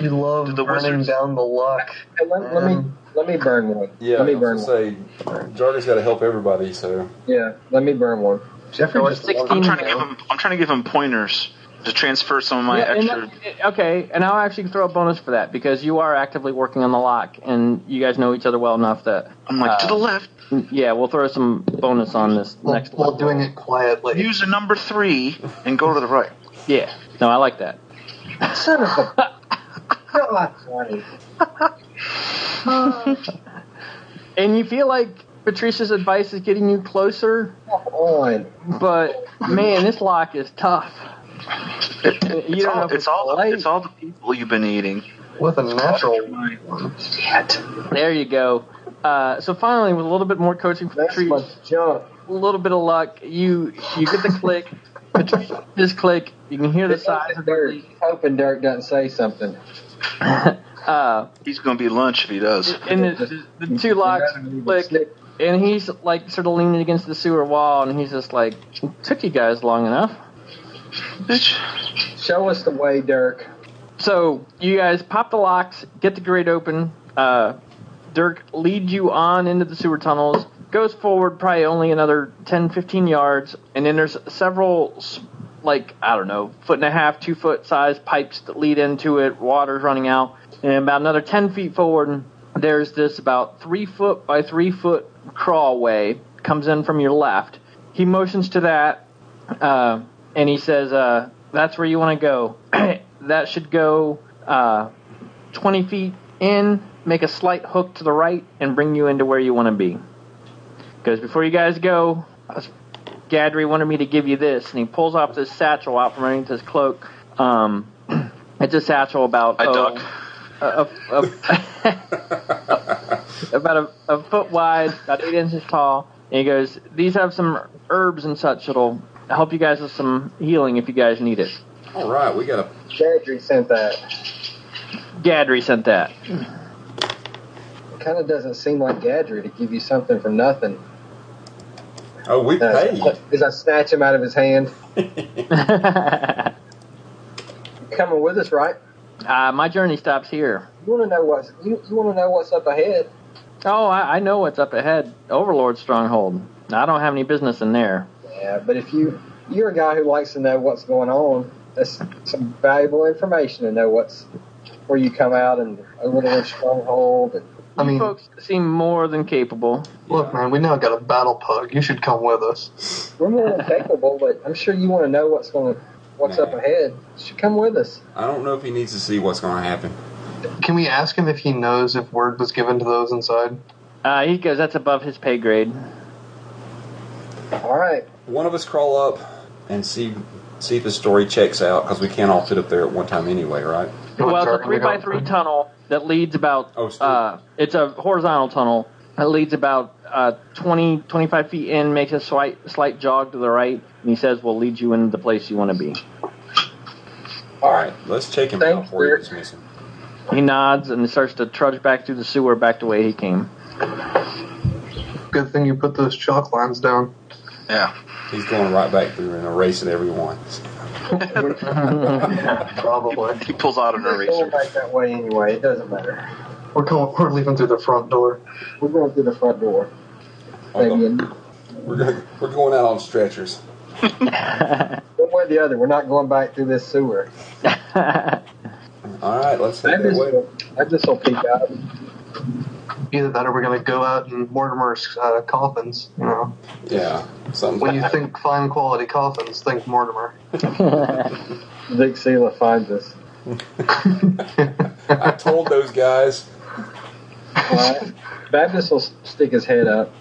E: You love
F: the
E: burning
F: wizards-
E: down the luck.
D: Hey, let, let me
E: Um,
D: let me burn one.
C: Yeah,
D: let me
C: I
D: burn
C: was
D: one.
C: going to say, Jargon's got to help everybody, so.
D: Yeah, let me burn one.
E: Jeffrey
B: Well,
E: just
B: 16
F: I'm
E: loves-
F: trying to give him. I'm trying to give him pointers to transfer some of my
B: Yeah, and
F: extra.
B: that- okay, and I'll actually throw a bonus for that because you are actively working on the lock, and you guys know each other well enough that
F: I'm like to
B: Uh,
F: the left.
B: yeah, we'll throw some bonus on this
E: while,
B: next
E: while
B: level.
E: doing it quietly.
F: Use a number three and go to the right.
B: Yeah, no, I like that.
D: Son of a God, Johnny.
B: And you feel like Patricia's advice is getting you closer,
D: come on.
B: but man, this lock is tough. you
F: It's
B: don't know
F: all,
B: if
F: it's, all the,
B: polite.
F: it's all the people you've been eating.
E: with a natural.
B: There you go. Uh, so finally, with a little bit more coaching from
D: That's
B: Patrice,
D: my junk.
B: a little bit of luck, you you get the click. Patrice, this click, you can hear the
D: This
B: size
D: is
B: of
D: Dirk.
B: it.
D: Hoping Dirk doesn't say something.
B: Uh,
F: He's gonna be lunch if he does.
B: and the, the, the two locks click, and he's like sort of leaning against the sewer wall, and he's just like, "Took you guys long enough."
F: Bitch.
D: Show us the way, Dirk.
B: So you guys pop the locks, get the grate open. Uh, Dirk leads you on into the sewer tunnels, goes forward probably only another 10, 15 yards, and then there's several s- like I don't know, foot and a half, two foot size pipes that lead into it. Water's running out, and about another ten feet forward, there's this about three foot by three foot crawlway comes in from your left. He motions to that, uh, and he says, uh, "That's where you want to go. that should go uh, twenty feet in. Make a slight hook to the right, and bring you into where you want to be." Because before you guys go, Gadry wanted me to give you this, and he pulls off this satchel out from underneath his cloak. Um, it's a satchel about
F: I duck.
B: a, a, a- about a, a foot wide, about eight inches tall. And he goes, "These have some herbs and such that'll help you guys with some healing if you guys need it."
C: All right, we got a
D: Gadry sent that.
B: Gadry sent that.
D: It kind of doesn't seem like Gadry to give you something for nothing.
C: Oh, we
D: Uh,
C: paid.
D: As I snatch him out of his hand. You're coming with us, right?
B: Uh, my journey stops here.
D: You want to know what's you, you want to know what's up ahead.
B: Oh, I, I know what's up ahead. Overlord stronghold. I don't have any business in there.
D: Yeah, but if you you're a guy who likes to know what's going on, that's some valuable information to know what's where you come out and Overlord Stronghold and
E: I
B: you
E: mean,
B: folks seem more than capable.
E: look, man, we now got a battle pug. You should come with us.
D: We're more than capable, but I'm sure you want to know what's going, what's
C: Nah.
D: up ahead. You should come with us.
C: I don't know if he needs to see what's going to happen.
E: Can we ask him if he knows if word was given to those inside?
B: Uh, he goes, that's above his pay grade.
D: All right.
C: One of us crawl up and see see if the story checks out because we can't all fit up there at one time anyway, right?
B: Well, it's a
E: Jargon,
B: three
E: we got-
B: by three tunnel that leads about.
C: Oh, it's
B: uh, it's a horizontal tunnel that leads about uh, 20, 25 feet in, makes a slight, slight jog to the right, and he says, "We'll lead you into the place you want to be."
C: All right, let's check him out
D: Thanks,
C: before he
D: Derek.
C: gets missing.
B: He nods and starts to trudge back through the sewer, back the way he came.
E: Good thing you put those chalk lines down.
F: Yeah.
C: He's going right back through and erasing everyone.
E: Probably.
F: He pulls out an
D: We're going
F: eraser.
D: back that way anyway. It doesn't matter.
E: We're going. We're leaving through the front door.
D: We're going through the front door.
C: Although-
D: Maybe in
C: We're going, we're going out on stretchers.
D: one way or the other. We're not going back through this sewer.
C: All right, let's
D: I
C: head that
D: just,
C: way.
D: I just will peek out.
E: Either that, or we're going to go out in Mortimer's uh, coffins. You know,
C: Yeah, something.
E: when you think fine quality coffins, think Mortimer.
D: Vic Sela finds us.
C: I told those guys.
D: All right. Baptist will stick his head up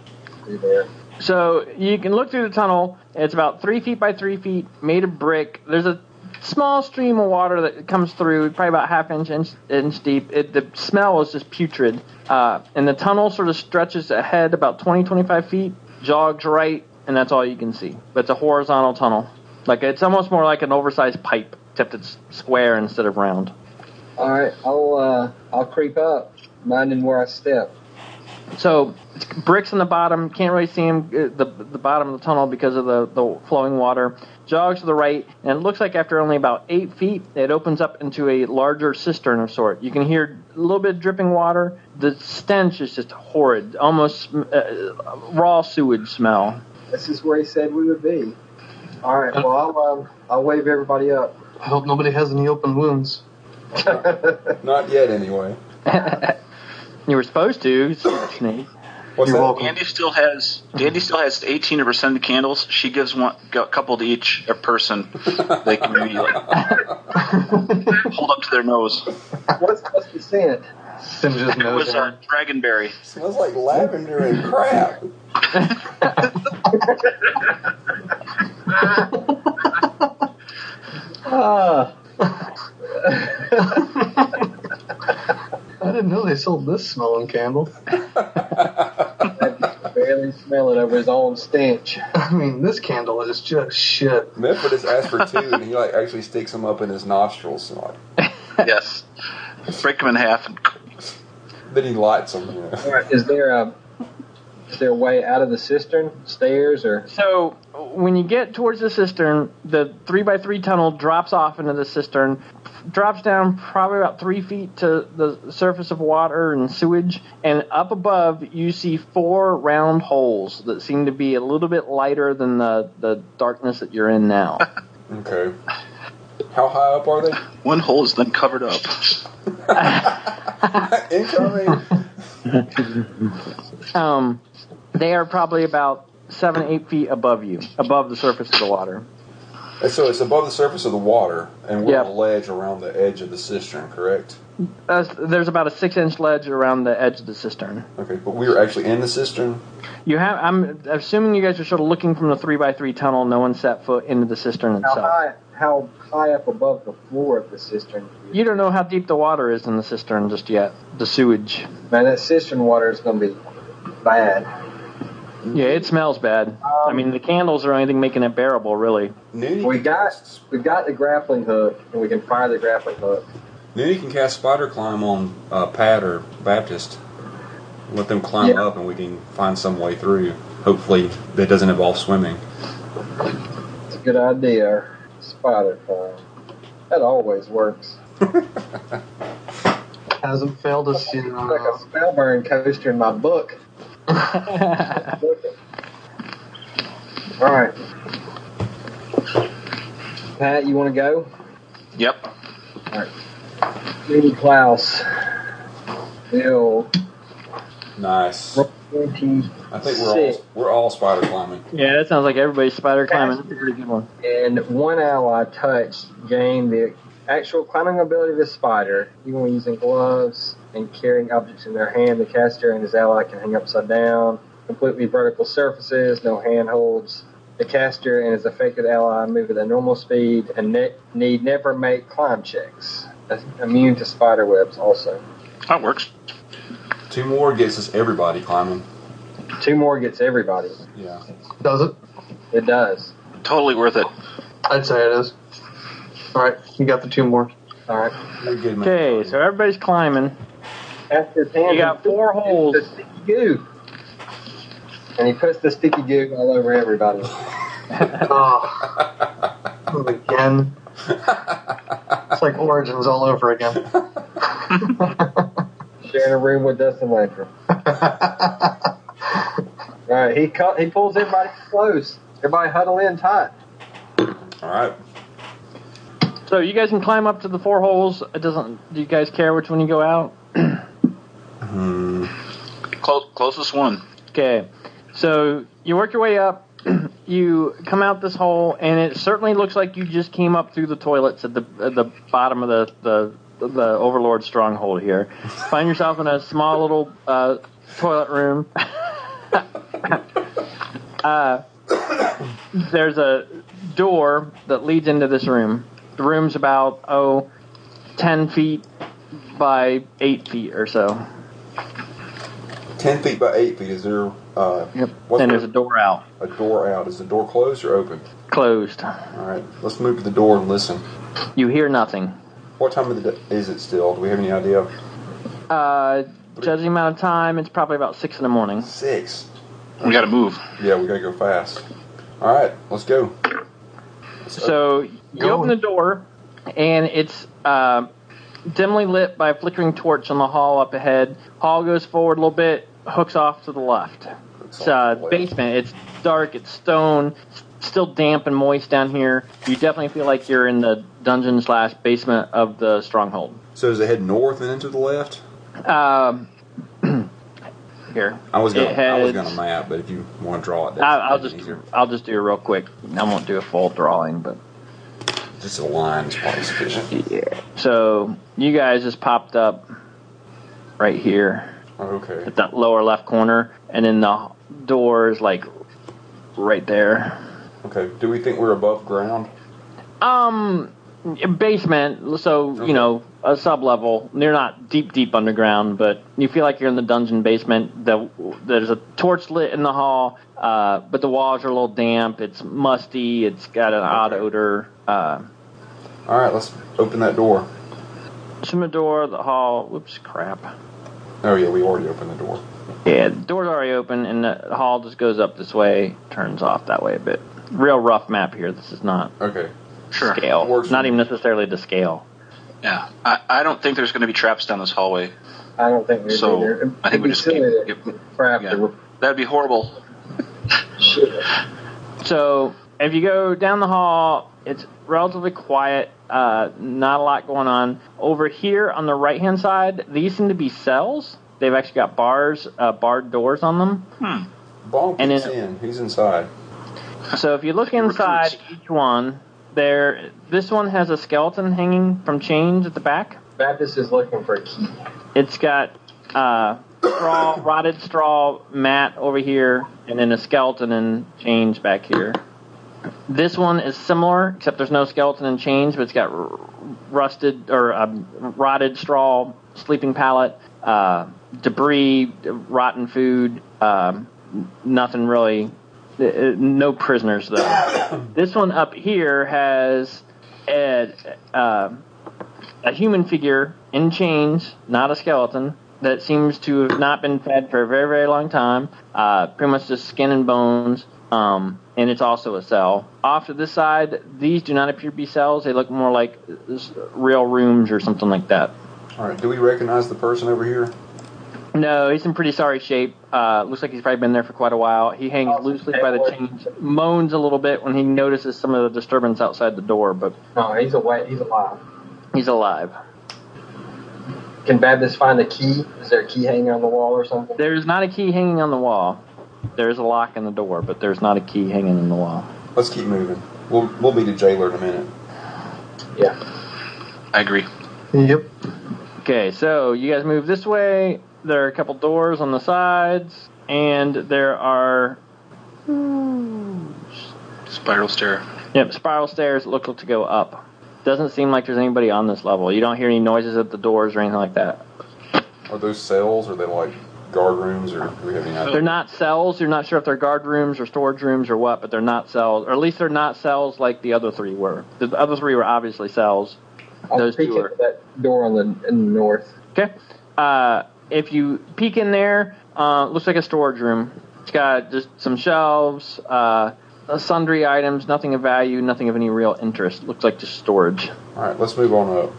D: through there.
B: So you can look through the tunnel. It's about three feet by three feet, made of brick. There's a small stream of water that comes through, probably about half inch inch, inch deep. It, the smell is just putrid. Uh, and the tunnel sort of stretches ahead about 20, 25 feet, jogs right, and that's all you can see. But it's a horizontal tunnel. Like it's almost more like an oversized pipe, except it's square instead of round.
D: All right. I'll uh, I'll creep up, minding where I step.
B: So it's bricks on the bottom, can't really see him uh, the the bottom of the tunnel because of the the flowing water. Jogs to the right, and it looks like after only about eight feet, it opens up into a larger cistern of sort. You can hear a little bit of dripping water. The stench is just horrid, almost uh, raw sewage smell.
D: This is where he said we would be. All right. Well, I'll um, I'll wave everybody up.
E: I hope nobody has any open wounds.
C: Not yet, anyway.
B: You were supposed to, Snake.
C: What's
E: You're
C: that?
E: welcome.
F: Dandy still has Dandy still has eighteen percent of the candles. She gives one a couple to each a person. They can maybe like hold up to their nose.
D: What's what's the scent?
E: Singes
F: It was
E: nose.
F: uh,
E: out.
F: dragonberry.
C: Smells like lavender and crap.
D: Ah,
E: I didn't know they sold this smelling candle.
D: barely smell it over his own stench.
E: I mean, this candle is just shit.
C: Memphis has asked for two, and he like actually sticks them up in his nostrils. And, like,
F: Yes. Break them in half and
C: then he lights them. You know.
D: All right, is there a is there a way out of the cistern? Stairs or
B: So when you get towards the cistern, the three by three tunnel drops off into the cistern, drops down probably about three feet to the surface of water and sewage, and up above you see four round holes that seem to be a little bit lighter than the the darkness that you're in now.
C: Okay. How high up are they?
F: One hole is then covered up.
C: Incoming.
B: Um, they are probably about seven, eight feet above you, above the surface of the water.
C: And so it's above the surface of the water, and we're
B: Yeah.
C: on a ledge around the edge of the cistern, correct?
B: Uh, there's about a six-inch ledge around the edge of the cistern.
C: Okay, but we're actually in the cistern.
B: You have. I'm assuming you guys are sort of looking from the three by three tunnel. No one set foot into the cistern
D: How
B: itself.
D: high, how high up above the floor of the cistern?
B: You don't know how deep the water is in the cistern just yet. The sewage.
D: Man, that cistern water is going to be bad.
B: Yeah, it smells bad. I mean, the candles are anything making it bearable, really.
C: Noonie
D: We
C: can
D: got
C: cast-
D: we got the grappling hook, and we can fire the grappling hook.
C: Noonie can cast spider climb on uh, Pat or Baptist. Let them climb
D: Yeah.
C: up, and we can find some way through. Hopefully, that doesn't involve swimming.
D: It's a good idea. Spider climb. That always works.
E: Hasn't failed us in.
D: It's like a
E: Uh,
D: spellburn coaster in my book. All right. Pat, you want to go?
F: Yep.
D: Judy Klaus. Bill.
C: Nice.
D: Twenty.
C: I think we're all
D: Sick.
C: we're all spider climbing.
B: Yeah, that sounds like everybody's spider climbing. That's a pretty good one.
D: and one ally touched gained the actual climbing ability of the spider, even when using gloves and carrying objects in their hand. The caster and his ally can hang upside down, completely vertical surfaces, no handholds. The caster and his affected ally move at a normal speed and ne- need never make climb checks. That's immune to spider webs also.
F: That works.
C: Two more gets us everybody climbing.
D: Two more gets everybody.
C: Yeah.
E: does it?
D: It does.
F: Totally worth it.
E: I'd say it is. All right, you got the two more.
D: All right.
C: We're good, man.
B: Okay, so everybody's climbing.
D: After Pam,
B: You got four holes.
D: The sticky goo. And he puts the sticky goo all over everybody.
E: Oh. again. It's like Origins all over again.
D: Sharing a room with Dustin Lampard. All right, he cu- he pulls everybody close. Everybody huddle in tight.
C: All right.
B: So you guys can climb up to the four holes. It doesn't. Do you guys care which one you go out?
C: Hmm.
F: Close, closest one.
B: Okay, so you work your way up. you come out this hole, and it certainly looks like you just came up through the toilets at the at the bottom of the the, the Overlord stronghold here. Find yourself in a small little uh, toilet room. uh, there's a door that leads into this room. The room's about oh, 10 feet by eight feet or so.
C: Ten feet by eight feet. Is there? Uh,
B: Yep.
C: What's
B: and there's a
C: the-
B: door out,
C: a door out. Is the door closed or open?
B: closed.
C: All right, let's move to the door and listen.
B: You hear nothing.
C: What time of the day is it still? Do we have any idea?
B: Uh, judging the amount of time, it's probably about six in the morning.
C: Six.
F: We got to move.
C: Yeah, we gotta go fast. All right, let's go.
B: So you
E: Go.
B: open the door, and it's uh, dimly lit by a flickering torch on the hall up ahead. Hall goes forward a little bit, hooks off to the left. It's uh, basement. It's dark. It's stone. It's still damp and moist down here. You definitely feel like you're in the dungeon slash basement of the stronghold.
C: So does it head north and then to the left?
B: Um, here.
C: I was gonna,
B: It
C: I was
B: heads-
C: gonna map, but if you want to draw it, that's
B: I, I'll
C: that's
B: just
C: easier.
B: I'll just do it real quick. I won't do a full drawing, but
C: just a line is probably sufficient.
B: yeah. So you guys just popped up right here
C: Okay.
B: at that lower left corner, and then the door is like right there.
C: Okay. Do we think we're above ground?
B: Um, basement. So you know a sub level. You're not deep deep underground, but you feel like you're in the dungeon basement. The, there's a torch lit in the hall, uh, but the walls are a little damp. It's musty. It's got an odd
C: Okay.
B: odor. Uh,
C: All right, let's open that door.
B: From the door, the hall. Whoops, crap.
C: Oh yeah, we already opened the door.
B: Yeah, the door's already open, and the hall just goes up this way, turns off that way a bit. Real rough map here. This is not
C: Okay.
F: Sure.
B: scale.
C: Works.
B: Not even necessarily to scale.
F: Yeah. I, I don't think there's going to be traps down this hallway.
D: I don't think we're
F: So,
D: there. It'd
F: I think we
D: be
F: just
D: silly
F: keep-
D: to
F: keep-
D: crap
F: yeah.
D: the
F: That'd be horrible.
D: shit.
B: So if you go down the hall, it's relatively quiet. Uh, not a lot going on. Over here on the right hand side, these seem to be cells. They've actually got bars, uh, barred doors on them.
C: Bonk
B: And
C: is
B: it-
C: in. He's inside.
B: So if you look
F: Recruits.
B: inside each one, there, this one has a skeleton hanging from chains at the back.
D: Baptist is looking for a key.
B: It's got uh, straw, rotted straw mat over here, and then a skeleton and chains back here. This one is similar, except there's no skeleton and chains, but it's got r- rusted or um, rotted straw, sleeping pallet, uh, debris, rotten food, um, n- nothing really. uh, uh, No prisoners though. this one up here has a, uh, a human figure in chains, not a skeleton, that seems to have not been fed for a very, very long time. Uh, pretty much just skin and bones. Um, and it's also a cell. Off to this side, these do not appear to be cells. They look more like uh, s- real rooms or something like that.
C: All right. Do we recognize the person over here?
B: No, he's in pretty sorry shape. Uh, looks like he's probably been there for quite a while. He hangs
D: Oh,
B: loosely
D: okay,
B: by the
D: boy.
B: chains, moans a little bit when he notices some of the disturbance outside the door, but
D: No, he's away. He's alive.
B: he's alive.
D: Can Baptist find a key? Is there a key hanging on the wall or something?
B: There is not a key hanging on the wall. There is a lock in the door, but there's not a key hanging in the wall.
C: Let's keep moving. We'll we'll meet a jailer in a minute.
D: Yeah.
F: I agree.
E: Yep.
B: Okay, so you guys move this way. There are a couple doors on the sides, and there are
F: Spiral stair.
B: yep spiral stairs that look to go up. Doesn't seem like there's anybody on this level. You don't hear any noises at the doors or anything like that.
C: Are those cells? Are they like guard rooms, or do we have any
B: They're
C: idea?
B: not cells. You're not sure if they're guard rooms or storage rooms or what, but they're not cells, or at least they're not cells like the other three were. The other three were obviously cells.
D: I'll
B: Those
D: peek
B: two are-
D: into that door on the, in the north.
B: Okay. Uh, if you peek in there, uh, looks like a storage room. It's got just some shelves, uh, sundry items, nothing of value, nothing of any real interest. Looks like just storage.
C: All right. Let's move on up.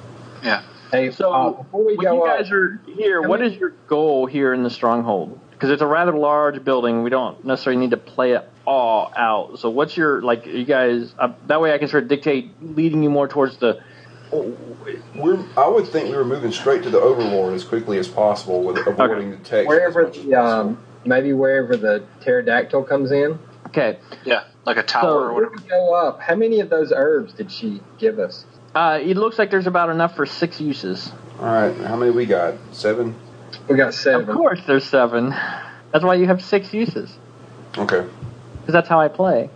F: Yeah.
D: Hey,
B: So,
D: uh, before we
B: when
D: go
B: you
D: up,
B: guys are here,
D: Can
B: what
D: we-
B: is your goal here in the stronghold? Because it's a rather large building, we don't necessarily need to play it all out. So, what's your like? You guys, uh, that way I can sort of dictate leading you more towards the.
C: We're, I would think we were moving straight to the Overlord as quickly as possible with avoiding the text.
D: wherever
C: as much as
D: the um, maybe wherever the pterodactyl comes in.
B: Okay,
F: Yeah. Like a tower
B: So-
F: or
D: Before
F: whatever.
D: we go up, how many of those herbs did she give us?
B: uh, it looks like there's about enough for six uses.
C: possible. All right, how many we got? Seven.
D: We got
B: Of
D: seven.
B: course, there's seven. That's why you have six uses.
C: Okay.
B: Because that's how I play.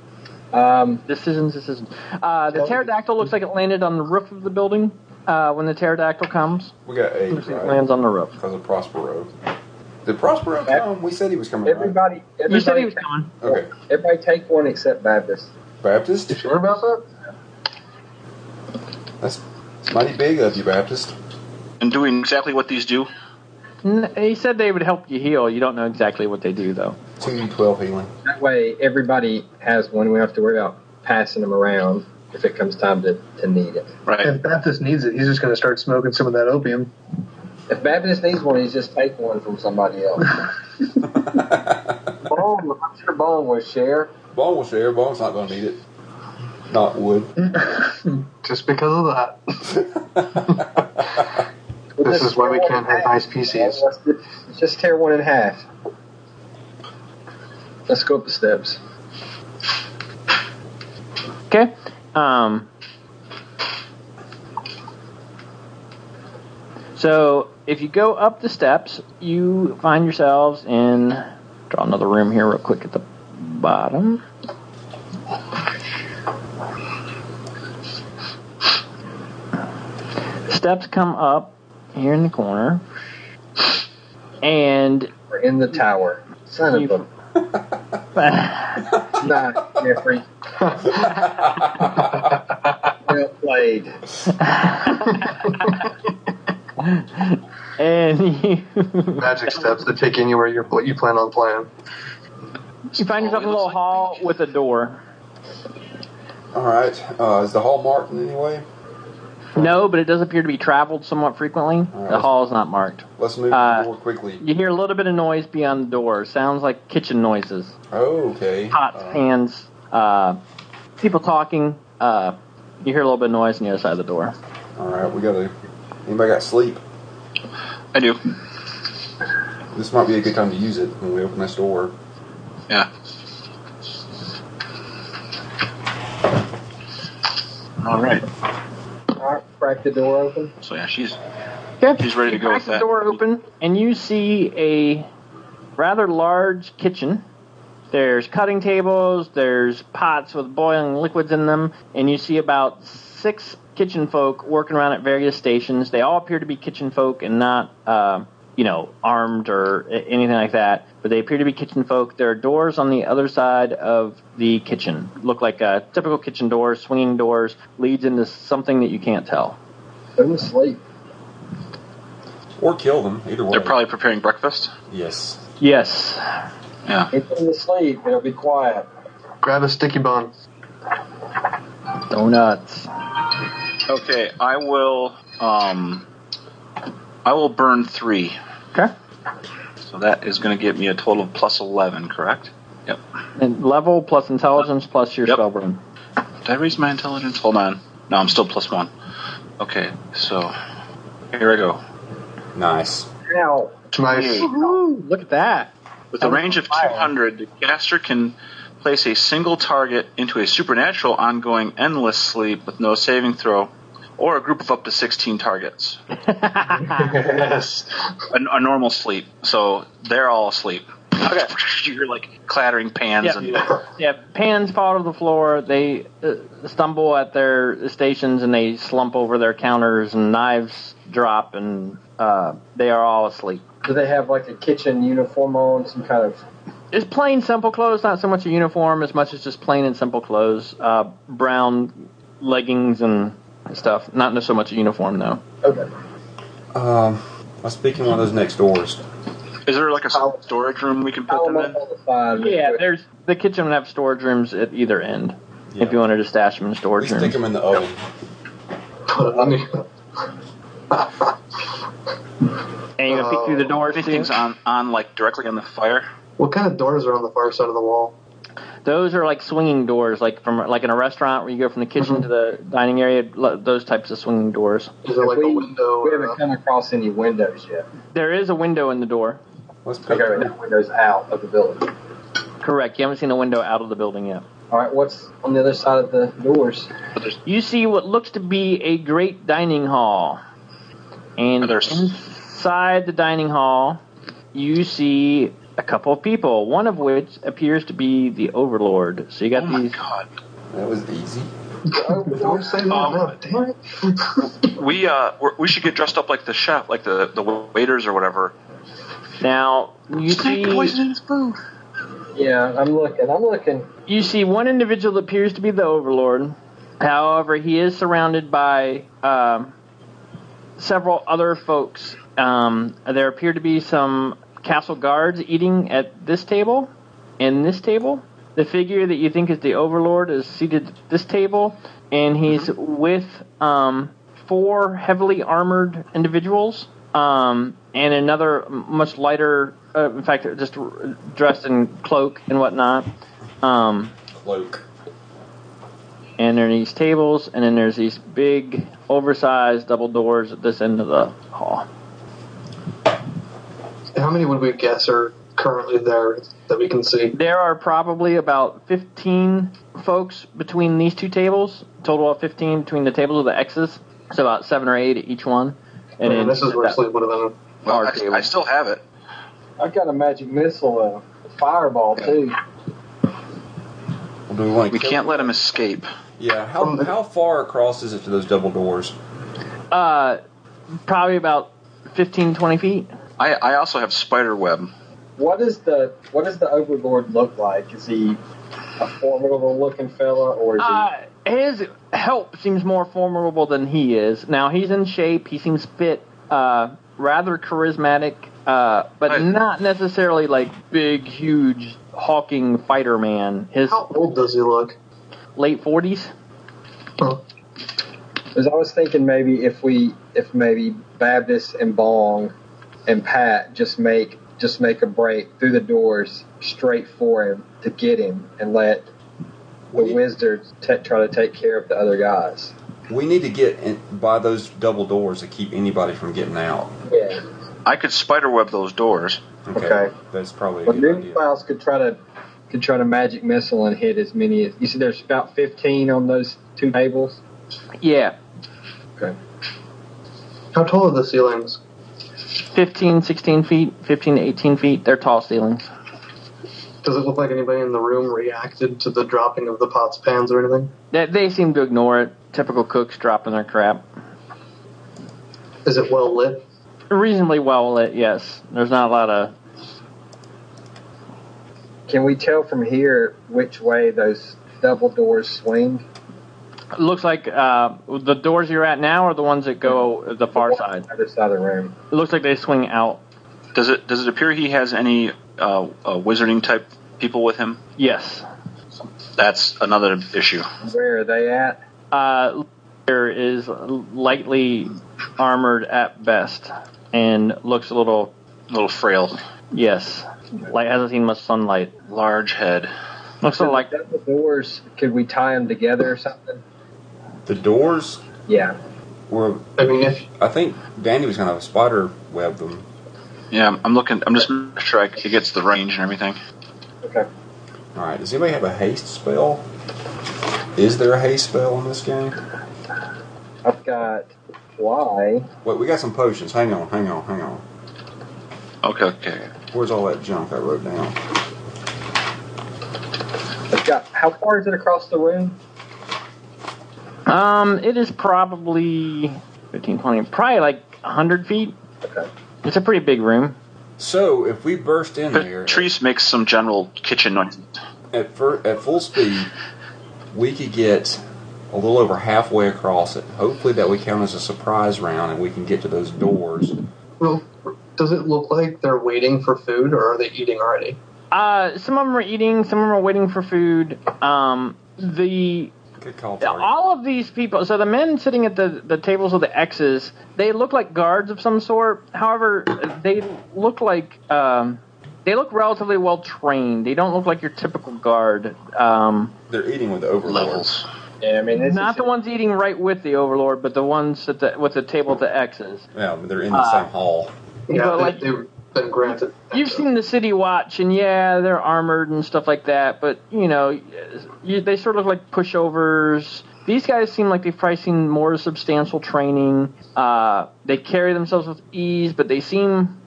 D: Um,
B: Decisions, decisions. Uh, the pterodactyl looks like it landed on the roof of the building. Uh, when the pterodactyl comes,
C: We got eight.
B: looks like it
C: Right?
B: lands on the roof.
C: Because of Prospero. Did Prospero come? We said he was coming. right?
D: everybody, everybody,
B: You said he was coming.
C: Okay.
D: everybody take one except Baptist.
C: Baptist.
E: Sure about that?
C: That's mighty big of you, Baptist.
F: And doing exactly what these do.
B: N- He said they would help you heal. You don't know exactly what they do, though.
C: Two twelve healing.
D: That way, everybody has one. We don't have to worry about passing them around if it comes time to, to need it.
F: Right.
E: If Baptist needs it, he's just going to start smoking some of that opium.
D: If Baptist needs one, he's just take one from somebody else. Bone, I'm sure Bone will share.
C: Bong will share. Bong's not going to need it. Not wood.
E: Just because of that.
D: We'll
E: This
D: just
E: is why we
D: tear one
E: can't
D: in
E: have
D: half.
E: nice PCs.
D: Let's just- Just tear one in half. Let's go up the steps.
B: Okay? Um, so, if you go up the steps, you find yourselves in. Draw another room here, real quick, at the bottom. Steps come up here in the corner, and
D: We're in the tower. Son of
B: You-
D: a. Not Jeffrey. well played.
B: and you
E: Magic steps that take you anywhere you're, what you plan on playing.
B: You find yourself in a little hall with a door.
C: All right. Uh, is the hall marked in any way?
B: No, but it does appear to be traveled somewhat frequently.
C: All right.
B: The hall is not marked.
C: Let's move
B: Uh,
C: more quickly.
B: You hear a little bit of noise beyond the door. Sounds like kitchen noises.
C: Oh, okay.
B: Pots,
C: Uh,
B: pans, uh, people talking. Uh, you hear a little bit of noise on the other side of the door.
C: All right, we gotta. Anybody got sleep?
F: I do.
C: This might be a good time to use it when we open this door.
F: Yeah. All right.
D: All right, crack the door open.
F: So yeah, she's
B: Okay.
F: He's ready to
B: You
F: go
B: crack
F: with
B: the
F: that.
B: door open, and you see a rather large kitchen. There's cutting tables, there's pots with boiling liquids in them, and you see about six kitchen folk working around at various stations. They all appear to be kitchen folk and not, uh, you know, armed or a- anything like that, but they appear to be kitchen folk. There are doors on the other side of the kitchen. Look like uh, typical kitchen doors, swinging doors, leads into something that you can't tell.
D: Put him to sleep.
C: Or kill them, either way.
F: they're probably preparing breakfast.
C: Yes.
B: Yes.
F: Yeah.
D: He put him to sleep. It'll be quiet.
E: Grab a sticky bun.
B: Donuts.
F: Okay, I will. Um, I will burn three.
B: Okay.
F: So that is going to give me a total of plus eleven. Correct? Yep.
B: And level plus intelligence plus your
F: Yep.
B: spell burn.
F: Did I raise my intelligence? Hold on. No, I'm still plus one. Okay, so here I go.
C: Nice.
D: Ow.
E: Nice.
B: Woohoo! Look at that.
F: With a range of 200, the caster can place a single target into a supernatural ongoing endless sleep with no saving throw, or a group of up to 16 targets.
E: Yes.
F: A, a normal sleep. So they're all asleep.
B: Okay.
F: You're like clattering pans
B: Yeah.
F: and
B: Yeah, pans fall to the floor. They uh, stumble at their stations and they slump over their counters and knives drop and uh, they are all asleep.
D: Do they have like a kitchen uniform on? Some kind of
B: It's plain, simple clothes, not so much a uniform as much as just plain and simple clothes. Uh, brown leggings and stuff. Not so much a uniform, though.
D: okay.
C: Um, let's peek in one of those next doors.
F: Is there like a
D: How-
F: storage room we can put
D: How
F: them
D: am I
F: in?
D: going to find?
B: Yeah, there's the kitchen would have storage rooms at either end.
C: Yeah.
B: If you wanted to stash them in
C: We
B: storage
C: stick
B: rooms.
C: them in the oven.
E: Put it on you.
B: And you can peek through the doors.
F: Anything's
B: too.
F: on, on like directly on the fire?
E: What kind of doors are on the far side of the wall?
B: Those are like swinging doors, like from like in a restaurant where you go from the kitchen
F: Mm-hmm.
B: to the dining area. lo- Those types of swinging doors.
E: Is there like
D: we,
E: a window?
D: we
E: Or
D: haven't
E: a,
D: come across any windows yet.
B: There is a window in the door.
C: Let's peek.
D: Okay, that window's out of the building.
B: Correct. You haven't seen a window out of the building yet.
D: All right, what's on the other side of the doors?
B: You see what looks to be a great dining hall. And
F: Are there s-
B: inside the dining hall, you see a couple of people, one of which appears to be the overlord. So you got
F: Oh my
B: these
F: god.
C: That was easy.
E: don't say no. no, Oh, damn it.
F: We uh we're, we should get dressed up like the chef, like the the waiters or whatever.
B: Now you see
F: his food.
D: Yeah, I'm looking. I'm looking.
B: you see one individual that appears to be the overlord. However, he is surrounded by um, several other folks. Um, there appear to be some castle guards eating at this table and this table. The figure that you think is the overlord is seated at this table, and he's with um, four heavily armored individuals um, and another much lighter, uh, in fact, just dressed in cloak and whatnot. Um,
C: Cloak.
B: and there are these tables, and then there's these big, oversized double doors at this end of the hall.
E: How many would we guess are currently there that we can see?
B: There are probably about 15 folks between these two tables, total of 15 between the tables of the X's, so about seven or eight at each one. And
E: And
B: then
E: this is where
B: that-
E: sleep would have been.
F: Well,
B: Our
F: I,
B: table.
F: I still have it.
D: I've got a magic missile, a fireball too.
C: Well, do we want to
F: We can't let him escape.
C: Yeah, how, how far across is it to those double doors?
B: uh, probably about 15, 20 feet.
F: I I also have spider web.
D: What is the what does the Overlord look like? Is he a formidable looking fella, or is he?
B: Uh, his help seems more formidable than he is. Now he's in shape. He seems fit, uh, rather charismatic, uh, but
F: Right.
B: not necessarily like big, huge, hawking fighter man. His
E: How old does he look?
B: late forties.
E: Oh,
D: Because I was thinking maybe if we, if maybe Baptist and Bong and Pat just make just make a break through the doors straight for him to get him and let the wizards t- trying to take care of the other guys.
C: We need to get in, by those double doors to keep anybody from getting out.
D: Yeah.
F: I could spiderweb those doors.
C: Okay,
D: Okay.
C: that's probably a
D: But
C: good idea.
D: Moonclouds could try to could try to magic missile and hit as many as you see. There's about fifteen on those two tables.
B: Yeah,
E: How tall are the ceilings?
B: 15, 16 feet, 15 to 18 feet. They're tall ceilings.
E: Does it look like anybody in the room reacted to the dropping of the pots, pans, or anything?
B: They, they seem to ignore it. Typical cooks dropping their crap.
E: Is it well lit?
B: Reasonably well lit, yes. There's not a lot of.
D: Can we tell from here which way those double doors swing?
B: It looks like uh, the doors you're at now are the ones that go the far side.
D: Other side of the room.
B: It looks like they swing out.
F: Does it does it appear he has any uh, uh, wizarding type people with him?
B: Yes.
F: That's another issue.
D: Where are they at?
B: Uh, there is lightly armored at best and looks a little.
F: A little frail,
B: Yes. Like hasn't seen much sunlight.
F: large head.
B: Looks a little like
D: double doors. Could we tie them together or something?
C: The doors
D: Yeah.
C: were.
E: I mean, if
C: I think Danny was gonna have a spider web them.
F: Yeah, I'm- I'm looking. I'm just making sure I, it gets the range and everything.
D: Okay.
C: All right. Does anybody have a haste spell? Is there a haste spell in this game?
D: I've got Y.
C: Wait, we got some potions. Hang on, hang on, hang on.
F: Okay, okay.
C: Where's all that junk I wrote down?
D: I've got how far is it across the room?
B: Um, it is probably 15, 20, probably like 100 feet.
D: Okay.
B: It's a pretty big room.
C: So if we burst in there
F: Patrice makes some general kitchen noise.
C: at fir- at full speed, we could get a little over halfway across it. Hopefully that we count as a surprise round and we can get to those doors.
E: well, does it look like they're waiting for food, or are they eating already?
B: Uh, some of them are eating, some of them are waiting for food. Um, the
C: Good call, Target.
B: all of these people. So the men sitting at the the tables with the X's, they look like guards of some sort. However, they look like um, they look relatively well trained. They don't look like your typical guard. Um,
C: They're eating with the overlords.
F: Levels.
D: Yeah, I mean this
B: not
D: is
B: the ones eating right with the overlord, but the ones at the with the table at the X's.
C: Yeah, but they're in the
B: Uh,
C: same hall.
E: Yeah,
B: But,
E: they,
B: like-
E: they've been granted.
B: You've seen the City Watch, and yeah, they're armored and stuff like that. But you know, you, they sort of look like pushovers. These guys seem like they've probably seen more substantial training. Uh, they carry themselves with ease, but they seem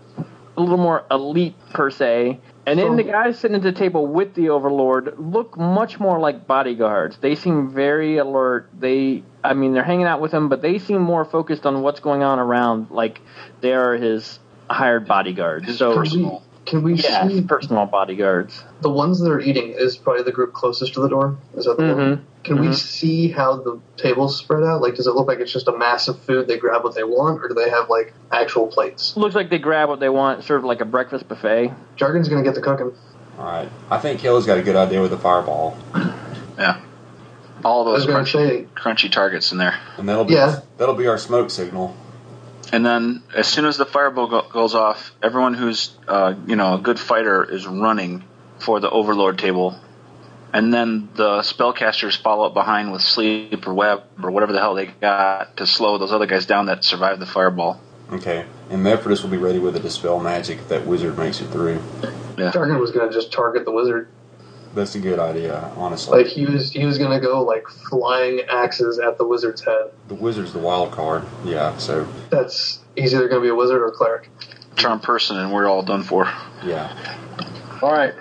B: a little more elite per se. And then the guys sitting at the table with the Overlord look much more like bodyguards. They seem very alert. They, I mean, they're hanging out with him, but they seem more focused on what's going on around. Like they are his hired bodyguards.
F: His
B: so
F: personal.
E: Can we
B: yeah,
E: see
B: personal bodyguards.
E: the ones that are eating? Is probably the group closest to the door. Is that the
B: Mhm.
E: one? Can we see how the tables spread out? Like, does it look like it's just a mass of food? They grab what they want, or do they have like actual plates?
B: Looks like they grab what they want, sort of like a breakfast buffet.
E: Jargon's gonna get the cooking.
C: All right. I think Kelly's got a good idea with the fireball,
F: Yeah. All
E: I was
F: those
E: gonna
F: crunchy,
E: say,
F: crunchy targets in there.
C: and that'll be
E: Yeah.
C: that'll be our smoke signal.
F: And then, as soon as the fireball go- goes off, everyone who's, uh, you know, a good fighter is running for the overlord table. And then the spellcasters follow up behind with sleep or web or whatever the hell they got to slow those other guys down that survived the fireball.
C: Okay. And Mephrodis will be ready with a dispel magic if that wizard makes it through.
E: Jargon was gonna just target the wizard.
C: That's a good idea, honestly.
E: Like he was, he was gonna go like flying axes at the wizard's head.
C: the wizard's the wild card. Yeah. So
E: That's he's either gonna be a wizard or a cleric.
F: Charm person, and we're all done for.
C: yeah.
D: all right.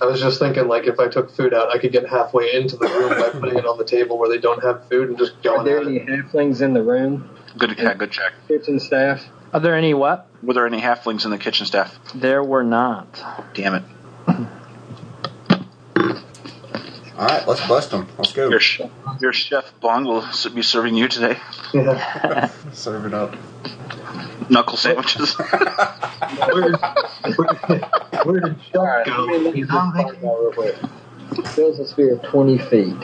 E: I was just thinking, like, if I took food out, I could get halfway into the room by putting it on the table where they don't have food and just
D: Are
E: going
D: there
E: at
D: any
E: it.
D: halflings in the room?
F: Good, yeah, good check.
D: Kitchen staff?
B: Are there any what?
F: Were there any halflings in the kitchen staff?
B: There were not.
F: Damn it.
C: All right. Let's bust them. Let's go.
F: Your, sh- your chef Bong will s- be serving you today
E: Yeah.
C: Serve it up.
F: knuckle sandwiches.
E: Where, where, where did
D: All right.
E: Go.
D: let me look at this fireball real quick. Fills a sphere of 20 feet.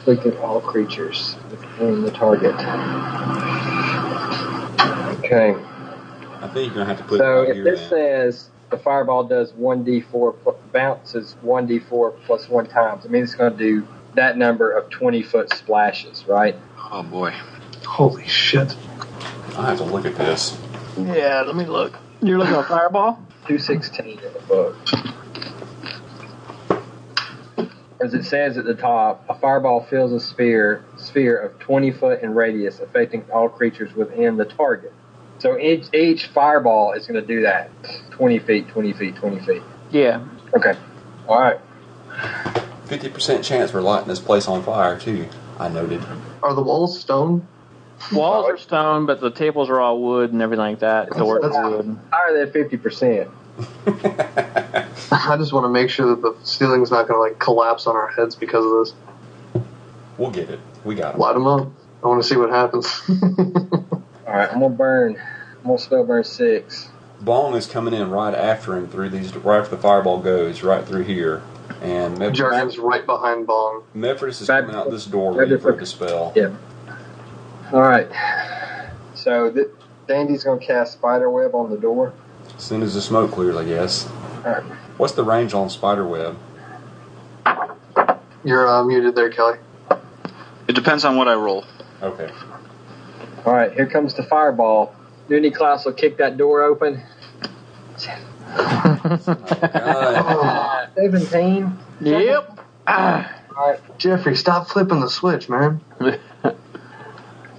D: Afflicted all creatures within the target. Okay.
C: I think you're gonna have to put
D: So
C: it out
D: if
C: here.
D: this
C: then.
D: says the fireball does 1d4 pl- bounces 1d4 plus one times. I mean, it's going to do that number of 20 foot splashes, right?
F: Oh boy.
E: Holy shit.
C: I have to look at this.
B: Yeah, let me look. You're looking at Fireball?
D: 216 in the book. As it says at the top, a fireball fills a sphere sphere of 20 foot in radius, affecting all creatures within the target. So each, each fireball is going to do that 20 feet, 20 feet, 20 feet.
B: Yeah.
D: Okay. All right.
C: Fifty percent chance we're lighting this place on fire too. I noted.
E: Are the walls stone?
B: Walls are stone, but the tables are all wood and everything like that. Doors are wood.
D: Higher than 50%.
E: I just want to make sure that the ceiling's not going to like collapse on our heads because of this.
C: we'll get it. We got it.
E: Light them up. I want to see what happens.
D: All right. I'm going to burn. I'm going to spell burn six.
C: Bong is coming in right after him through these. Right after the fireball goes, right through here, and Mep-
E: Jargon's right behind Bong.
C: Mephrodis is
D: Bad-
C: coming out this door
D: Bad
C: ready for
D: difference.
C: the spell.
D: Yeah. All right. So th- Dandy's going to cast spider web on the door.
C: As soon as the smoke clears, I guess.
D: All right.
C: What's the range on spider web?
E: You're uh, muted there, Kelly.
F: It depends on what I roll.
C: Okay.
D: All right, here comes the fireball. Nooney Klaus will kick that door open.
C: Uh,
D: 17.
B: Yep.
D: All right,
E: Ah. Jeffrey, stop flipping the switch, man.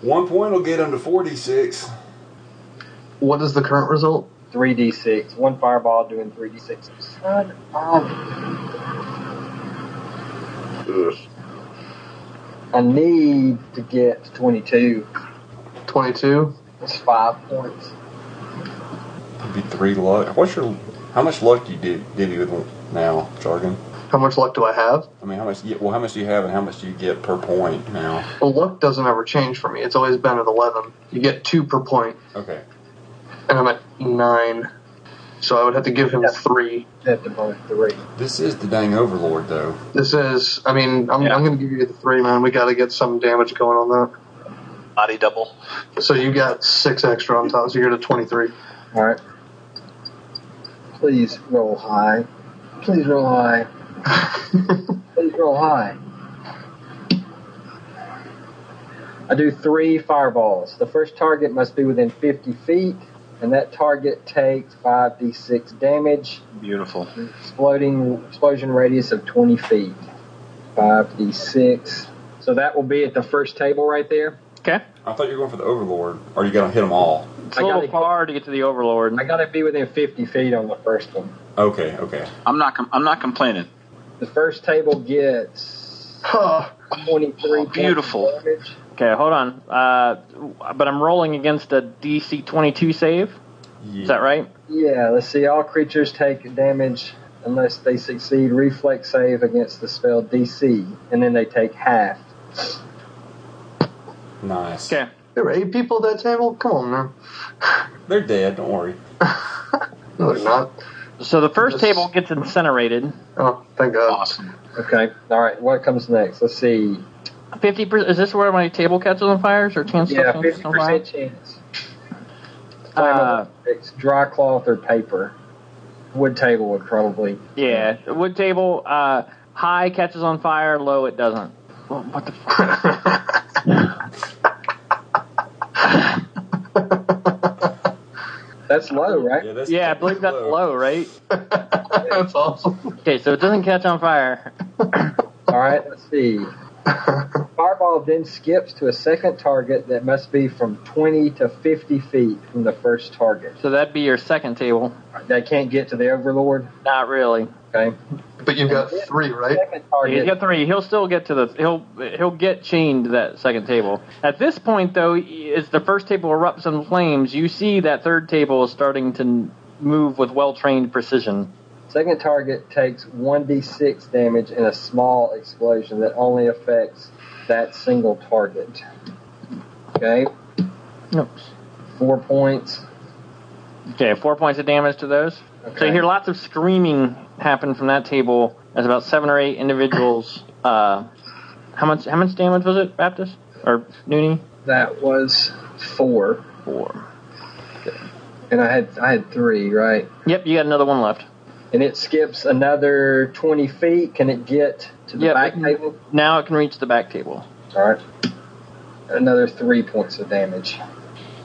C: one point will get him to forty-six.
E: What is the current result?
D: 3d6. One fireball doing 3d6. Son of- I need to get to 22.
E: 22?
D: It's five points.
C: It'd be three luck. What's your? How much luck do you did did you with now, jargon?
E: How much luck do I have?
C: I mean, how much? Well, how much do you have, and how much do you get per point now?
E: Well, luck doesn't ever change for me. It's always been at 11. You get two per point,
C: Okay.
E: and I'm at nine. So I would have to give him three.
D: You have to burn three.
C: This is the dang overlord, though.
E: This is, I mean, I'm,
F: Yeah.
E: I'm going to give you the three, man. We got to get some damage going on
F: Body double.
E: that. So you got six extra on top, so you're at 23.
D: All right. Please roll high. Please roll high. Please roll high. I do three fireballs. The first target must be within 50 feet, and that target takes 5d6 damage,
F: Beautiful.
D: exploding explosion radius of 20 feet. 5d6. So that will be at the first table right there.
B: Okay.
C: I thought you were going for the overlord, or you got to hit them all.
B: It's
D: I
B: a
D: gotta-
B: little far to get to the Overlord.
D: I gotta be within 50 feet on the first one.
C: Okay. Okay.
F: I'm not. Com- I'm not complaining.
D: The first table gets
E: Huh.
D: 23
F: Oh, beautiful.
D: points of damage.
B: Okay, hold on. Uh, but I'm rolling against a DC 22 save.
C: Yeah.
B: Is that right?
D: Yeah, let's see. All creatures take damage unless they succeed reflex save against the spell DC, and then they take half.
C: Nice.
B: Okay.
E: There were eight people at that table? Come on, man.
C: They're dead. Don't worry.
E: No, they're not.
B: So the first
E: This-
B: table gets incinerated.
E: Oh, thank God.
F: Awesome.
D: Okay. All right. What comes next? Let's see.
B: Fifty percent. Is this where my table catches on fires or chance?
D: Yeah,
B: stuff catches
D: fifty
B: on fire?
D: percent chance.
B: Uh,
D: it's dry cloth or paper. Wood table would probably.
B: Yeah. Wood table. Uh, high catches on fire. Low it doesn't. Well, what the? F-
D: That's low, right?
C: that's
B: yeah, I believe that's low, right?
E: That's awesome.
B: Okay, so it doesn't catch on fire.
D: All right, let's see. Fireball then skips to a second target that must be from 20 to 50 feet from the first target.
B: So that'd be your second table.
D: They can't get to the Overlord.
B: Not really.
D: Okay.
E: But you've got three, right?
D: Second
B: He's
D: target.
B: got three. He'll still get to the. He'll he'll get chained to that second table. At this point, though, as the first table erupts in flames, you see that third table is starting to move with well-trained precision.
D: Second target takes 1d6 damage in a small explosion that only affects that single target. Okay. Four points.
B: Okay, four points of damage to those. So
D: Okay.
B: you hear lots of screaming happen from that table as about seven or eight individuals. Uh, how much? How much damage was it, Baptist or Nooney?
D: That was four.
B: Four.
D: and I had I had three right,
B: Yep, you got another one left.
D: and it skips another twenty feet. Can it get to the
B: Yep.
D: back table?
B: Now it can reach the back table.
D: All right, another three points of damage.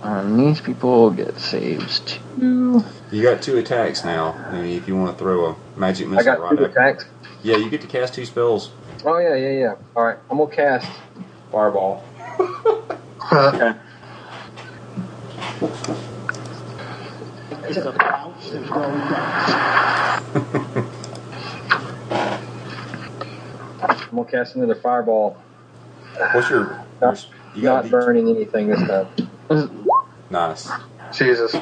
B: Um, these people get saves too.
C: You got two attacks now. I mean, if you want to throw a magic missile
D: I got
C: right
D: two
C: at
D: attacks.
C: Yeah, you get to cast two spells.
D: Oh yeah, yeah, yeah. All right, I'm gonna cast.
C: Fireball.
E: Uh,
D: I'm gonna cast another fireball.
C: What's your. your
D: Not,
C: you got
D: not
C: D-
D: burning anything this time.
C: Nice.
E: Jesus.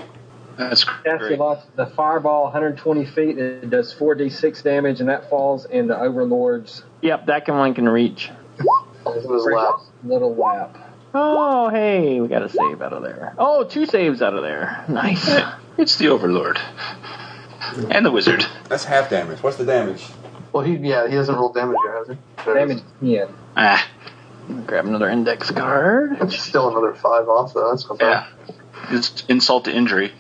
F: That's
D: Cast the
F: great.
D: loss- the fireball 120 feet. It does 4d6 damage, and that falls in the overlord's
B: Yep, that can one can reach.
E: It was loud.
D: little lap.
B: Oh, hey, we got a save out of there. Oh, two saves out of there. Nice.
F: It's the Overlord. And the Wizard.
C: That's half damage. What's the damage?
E: Well, he yeah, he hasn't rolled damage yet, has he? There it is.
D: Damage 10.
F: Ah,
B: Grab another index card.
E: It's still another five off though. That's not
F: yeah.
E: bad.
F: It's insult to injury.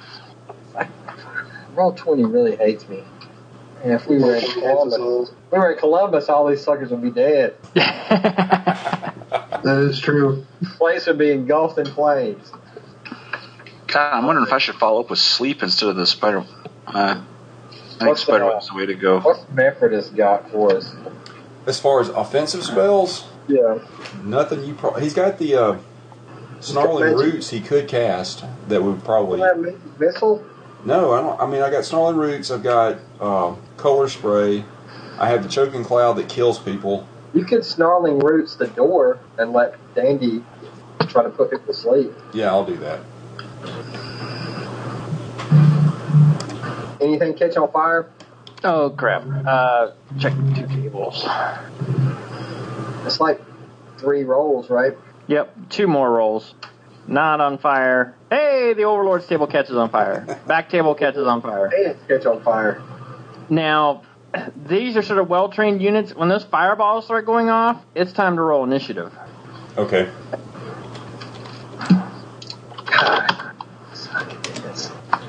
D: Roll 20 really hates me. And if we were at Columbus, we were at Columbus, all these suckers would be dead.
E: That is true.
D: The place would be engulfed in flames.
F: God, I'm wondering if I should follow up with sleep instead of the spider. Uh, I think
D: What's the-
F: spider web's the way to go.
D: What's Mephrodis got for us?
C: As far as offensive spells,
D: Yeah.
C: nothing you. Pro- he's got the uh, snarling
E: Magic.
C: roots he could cast that would probably.
D: Missile?
C: No, I don't. I mean, I got snarling roots. I've got uh, color spray. I have the choking cloud that kills people.
D: You could snarling roots the door and let Dandy try to put people to sleep.
C: Yeah, I'll do that.
D: Anything catch on fire?
B: Oh, crap. Uh, check two tables.
D: It's like three rolls, right?
B: Yep, two more rolls. Not on fire. Hey, the Overlord's table catches on fire. Back table catches on fire.
D: And catch on fire.
B: Now, these are sort of well trained units. When those fireballs start going off, it's time to roll initiative.
C: Okay.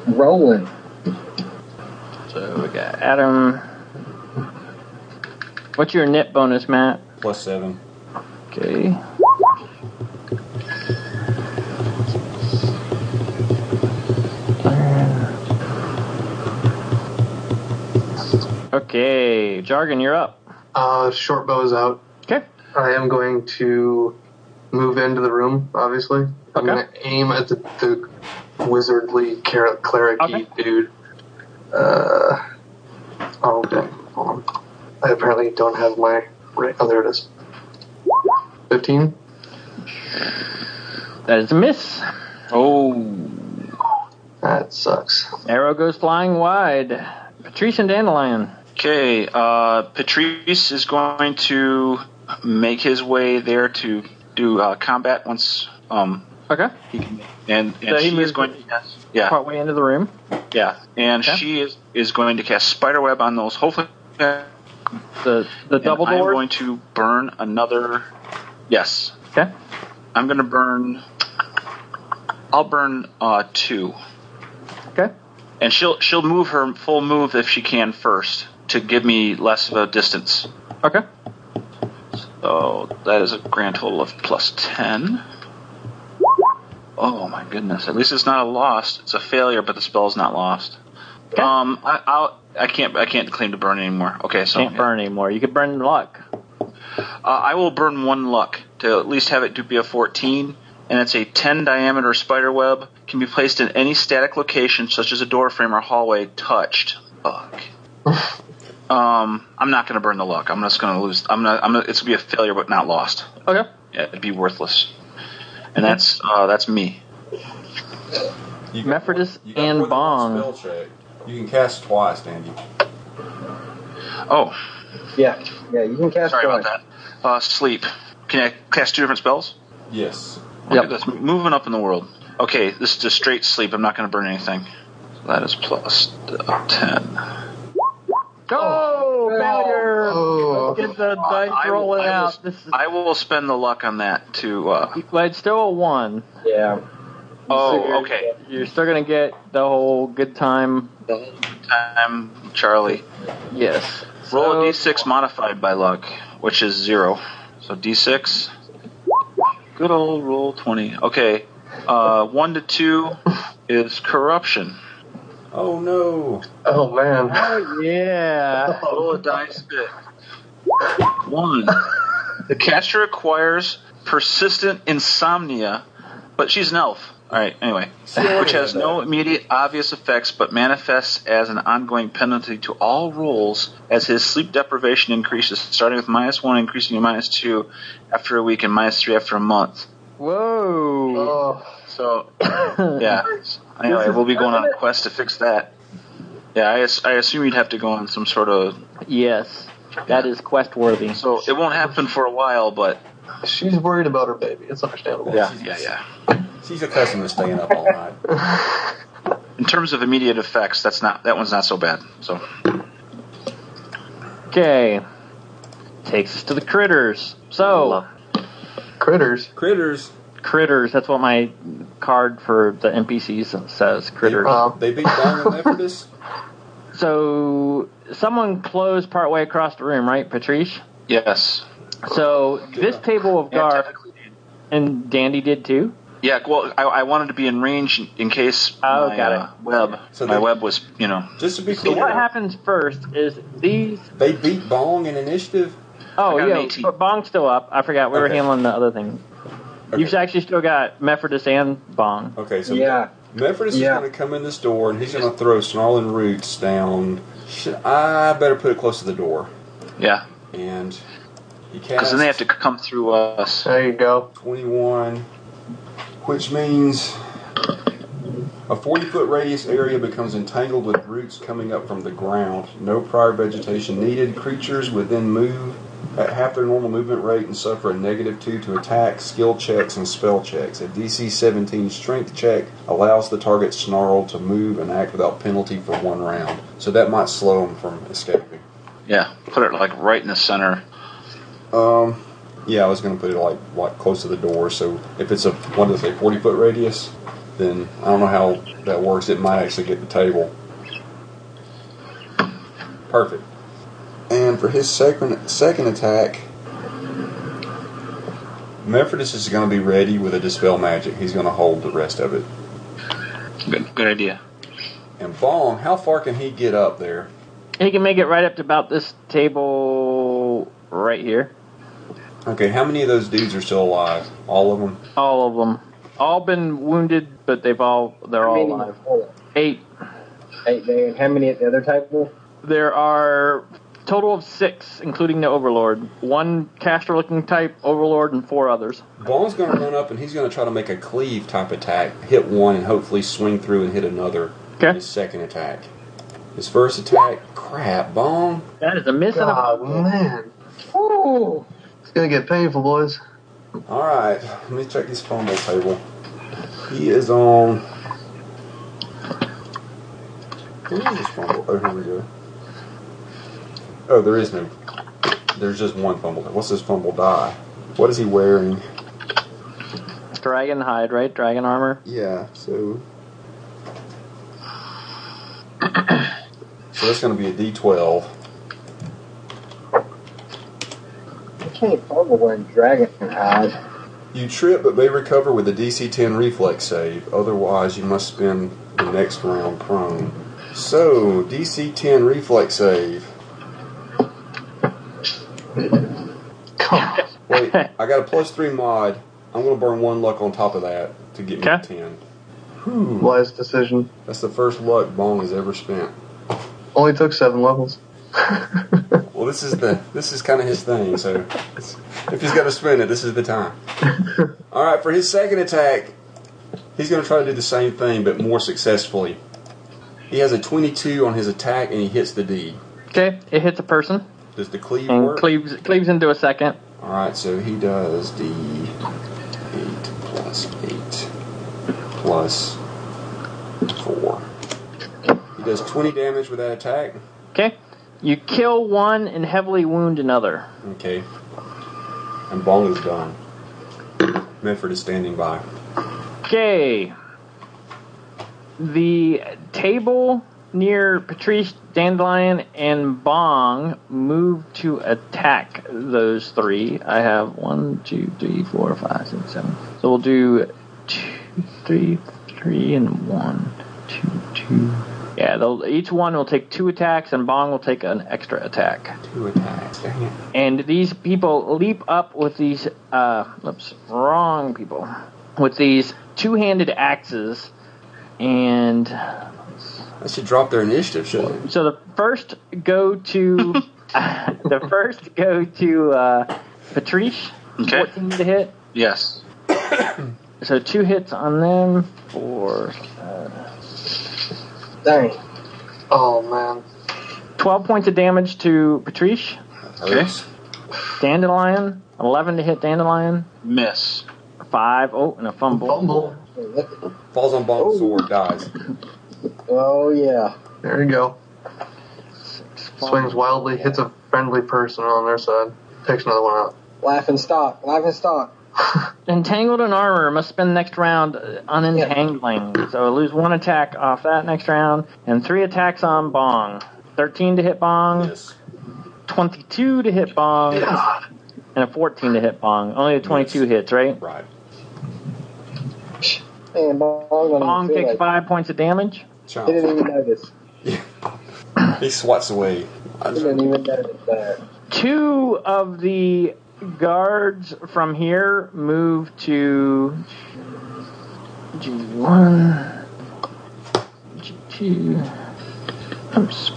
D: Rolling.
B: So we got Adam. What's your knit bonus, Matt?
C: Plus seven.
B: Okay. Okay, Jargon, you're up.
E: Uh, short bow is out.
B: Okay.
E: I am going to move into the room. Obviously, I'm
B: Okay.
E: going to aim at the, the wizardly car- cleric
B: Okay.
E: dude. Uh, oh dang! Hold on. I apparently don't have my. Right. Oh, there it is. Fifteen.
B: That is a miss.
F: Oh.
E: That sucks.
B: Arrow goes flying wide. Patrice and Dandelion.
F: Okay, uh, Patrice is going to make his way there to do uh, combat once, um,
B: Okay.
F: and, and
B: So he
F: she
B: moves-
F: is going to cast, yeah,
B: Partway into the room.
F: yeah, and
B: Okay.
F: she is, is going to cast spiderweb on those. Hopefully, the
B: The the double
F: I'm
B: door.
F: going to burn another. Yes,
B: okay.
F: I'm going to burn. I'll burn uh, two,
B: Okay.
F: and she'll she'll move her full move if she can first to give me less of a distance.
B: Okay.
F: So that is a grand total of plus 10. Oh my goodness. At least it's not a loss. It's a failure, but the spell's not lost.
B: Okay.
F: Um, I, I'll, I can't I can't claim to burn anymore. Okay, so
B: Can't burn anymore. You could burn luck.
F: Uh, I will burn one luck to at least have it do be a 14, and it's a 10 diameter spider web. Can be placed in any static location, such as a door frame or hallway touched. Fuck. um, I'm not gonna burn the luck. I'm just gonna lose. I'm gonna. I'm gonna it's gonna be a failure, but not lost.
B: Okay.
F: Yeah, it'd be worthless. And that's uh, that's me.
C: You
B: Mephrodis
C: you got more
B: and
C: than one
B: Bong.
C: Spell check. You can cast twice, Dandy.
F: Oh,
D: Yeah, yeah, you can cast
F: sorry
D: one.
F: about that. Uh, sleep. Can I cast two different spells?
C: Yes.
F: Okay,
B: Yep.
F: That's moving up in the world. Okay, this is just straight sleep. I'm not going to burn anything. That is plus uh, ten.
B: Go! failure!
E: Oh.
B: Get the dice
F: I will-
B: rolling
F: I will-
B: out. This is,
F: I will spend the luck on that to. Uh,
B: but it's still a one.
D: Yeah.
F: Oh, okay.
B: You're still gonna get the whole good time.
F: I'm Charlie.
B: Yes.
F: Roll a
B: So,
F: d6 modified by luck, which is zero. So d6. Good old roll 20. Okay. Uh, 1 to 2 is corruption.
C: Oh no.
E: Oh man.
B: Oh yeah.
F: Roll a dice bit. 1. The caster acquires persistent insomnia, but she's an elf. Alright, anyway. Which has no immediate obvious effects, but manifests as an ongoing penalty to all rolls as his sleep deprivation increases, starting with minus 1, increasing to minus 2 after a week, and minus 3 after a month.
B: Whoa.
E: Oh,
F: So, yeah. Anyway, we'll be going on a quest to fix that. Yeah, I, as- I assume you'd have to go on some sort of.
B: Yes. That is quest worthy.
F: So it won't happen for a while, but
E: she's worried about her baby. It's understandable.
F: yeah, yeah.
C: She's accustomed to staying up all night.
F: In terms of immediate effects, that's not that one's not so bad. So
B: Okay. Takes us to the critters. So
E: Critters.
C: Critters,
B: critters. That's what my card for the NPCs says. Critters.
E: Um,
C: they beat down the Lepidus.
B: So someone closed partway across the room, right, Patrice?
F: yes,
B: So this table of
F: yeah,
B: guard
F: technically, dude.
B: and Dandy did too.
F: yeah. Well, I, I wanted to be in range in case
B: Oh,
F: my
B: got it.
F: uh, web,
C: So
F: my
C: they-
F: web was, you know,
C: Just to be
B: So what
C: clear,
B: happens first is these.
C: they beat Bong in initiative.
B: Oh
F: I got an
B: yeah,
F: 18.
B: but Bong's still up. I forgot we were
C: Okay.
B: handling the other thing. You've
C: Okay.
B: actually still got Mephrodis and Bong.
C: Okay, so
D: Yeah.
C: Mephrodis
D: Yeah.
C: is going to come in this door and he's going to throw snarling roots down. Should I better put it close to the door?
F: yeah.
C: And he
F: Because
C: casts
F: then they have to come through us.
E: there you go.
C: 21, which means a 40 foot radius area becomes entangled with roots coming up from the ground. No prior vegetation needed. Creatures would then move at half their normal movement rate and suffer a negative 2 to attack, skill checks, and spell checks. A DC 17 strength check allows the target snarl to move and act without penalty for one round. So that might slow them from escaping.
F: Yeah, put it like right in the center.
C: Um, yeah, I was going to put it like like close to the door. So if it's a what does it say forty foot radius, then I don't know how that works. It might actually get the table. Perfect. And for his second second attack, Mephrodis is going to be ready with a dispel magic. He's going to hold the rest of it.
F: Good, good idea.
C: And Bong, how far can he get up there?
B: He can make it right up to about this table right here.
C: Okay, how many of those dudes are still alive? All of them.
B: All of them, all been wounded, but they've all they're all alive. Eight.
D: Eight there. And how many at the other table?
B: There are total of six, including the Overlord. One caster-looking type Overlord and four others.
C: Bong's going to run up and he's going to try to make a cleave type attack, hit one and hopefully swing through and hit another.
B: Okay.
C: His second attack. His first attack, crap, Bong.
B: That is a miss and a
E: God, man.
D: Ooh.
E: It's gonna get painful, boys.
C: All right, let me check his fumble table. He is on. Where is his fumble? Oh, here we go. Oh, there is no. There's just one fumble. What's his fumble die? What is he wearing?
B: dragon hide, right? Dragon armor.
C: Yeah, so. so that's going to be a D12.
D: I can't fumble when dragon eyes.
C: You trip, but may recover with a DC 10 reflex save. Otherwise, you must spend the next round prone. So, DC 10 reflex save.
E: God.
C: Wait, I got a plus 3 mod. I'm going to burn one luck on top of that to get me to
B: Okay.
C: 10. Whew.
E: Wise decision.
C: That's the first luck Bong has ever spent.
E: Only took seven levels.
C: Well, this is the this is kind of his thing. So if he's got to spend it, this is the time. All right, for his second attack, he's going to try to do the same thing but more successfully. He has a 22 on his attack and he hits the D.
B: Okay, it hits a person
C: Does the cleave
B: and
C: work?
B: cleaves cleaves into a second.
C: All right, so he does D 8 plus 8 plus 4. He does 20 damage with that attack.
B: Okay, you kill one and heavily wound another.
C: Okay. And Bong is gone. Medford is standing by.
B: Okay, the table near Patrice, Dandelion, and Bong move to attack those three. I have one, two, three, four, five, six, seven. So we'll do two, three, three, and one, two, two. Yeah, they'll, each one will take two attacks, and Bong will take an extra attack.
C: Two attacks. Dang it.
B: And these people leap up with these, uh, oops, wrong people, with these two-handed axes, and
C: That should drop their initiative, shouldn't it?
B: so the first go to the first go to uh, Patrice.
F: Okay.
B: 14 to hit.
F: Yes.
B: So two hits on them for
D: Dang.
E: Oh man.
B: 12 points of damage to Patrice.
C: Hurts.
B: Dandelion, 11 to hit Dandelion.
F: Miss.
B: Five. Oh, and a fumble.
E: Bumble.
C: Falls on Bong's sword, dies.
D: Oh yeah.
E: There you go.
B: Fumble.
E: Swings wildly, hits a friendly person on their side, takes another one out.
D: Laughing stock. Laughing stock.
B: Entangled in armor must spend next round uh, unentangling. So I lose one attack off that next round and three attacks on Bong. 13 to hit Bong,
C: Yes.
B: 22 to hit Bong, and a 14 to hit Bong. Only the 22
C: Yes.
B: hits, right?
C: Right.
D: Man, Bong, don't even
B: Bong
D: feel
B: takes
D: like-
B: five points of damage.
D: He
C: Chomp.
D: didn't even notice.
C: He swats away.
D: He didn't even notice that.
B: Two of the guards from here move to G1, G2. Oops.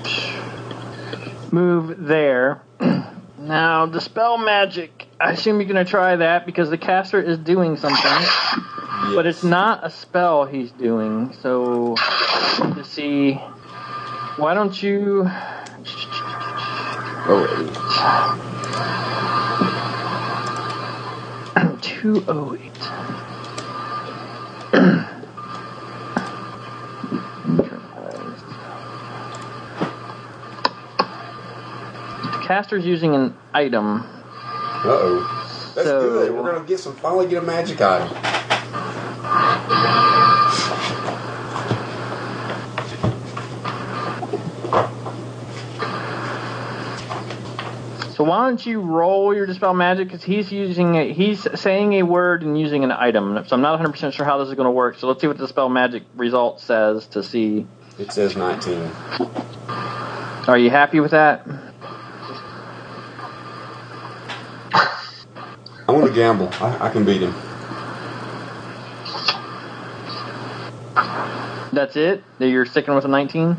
B: Move there. Now, dispel magic. I assume you're going to try that because the caster is doing something, but it's not a spell he's doing. So, to see, why don't you? Oh eight. Two oh eight. Caster's using an item.
C: Uh oh. That's
B: So-
C: good. We're gonna get some. Finally, get a magic item.
B: So why don't you roll your dispel magic? Because he's using a, he's saying a word and using an item. So I'm not 100 percent sure how this is going to work. So let's see what the dispel magic result says to see.
C: It says 19.
B: Are you happy with that?
C: I'm gonna gamble. I, I can beat him.
B: That's it. That You're sticking with a 19.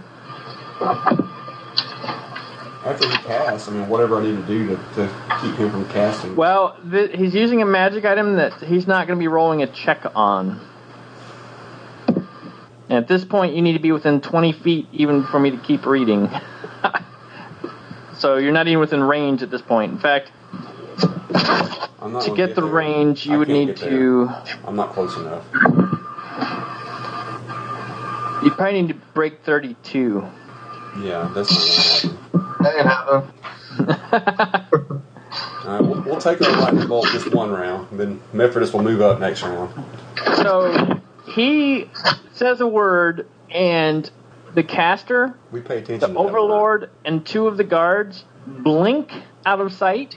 C: After he casts, I mean, whatever I need to do to, to keep him from casting.
B: Well, th- he's using a magic item that he's not going to be rolling a check on. And at this point, you need to be within 20 feet even for me to keep reading. so you're not even within range at this point. In fact,
C: I'm not
B: to
C: gonna
B: get the
C: there.
B: range,
C: I
B: you would
C: can't
B: need
C: get there.
B: to.
C: I'm not close enough.
B: You probably need to break 32.
C: Yeah, that's not gonna happen.
E: That ain't happening.
C: All right, Uh, we'll, we'll take our lightning bolt this one round, and then Methodist will move up next round.
B: So he says a word, and the caster,
C: We pay attention.
B: the
C: to that word.
B: overlord, and two of the guards blink out of sight,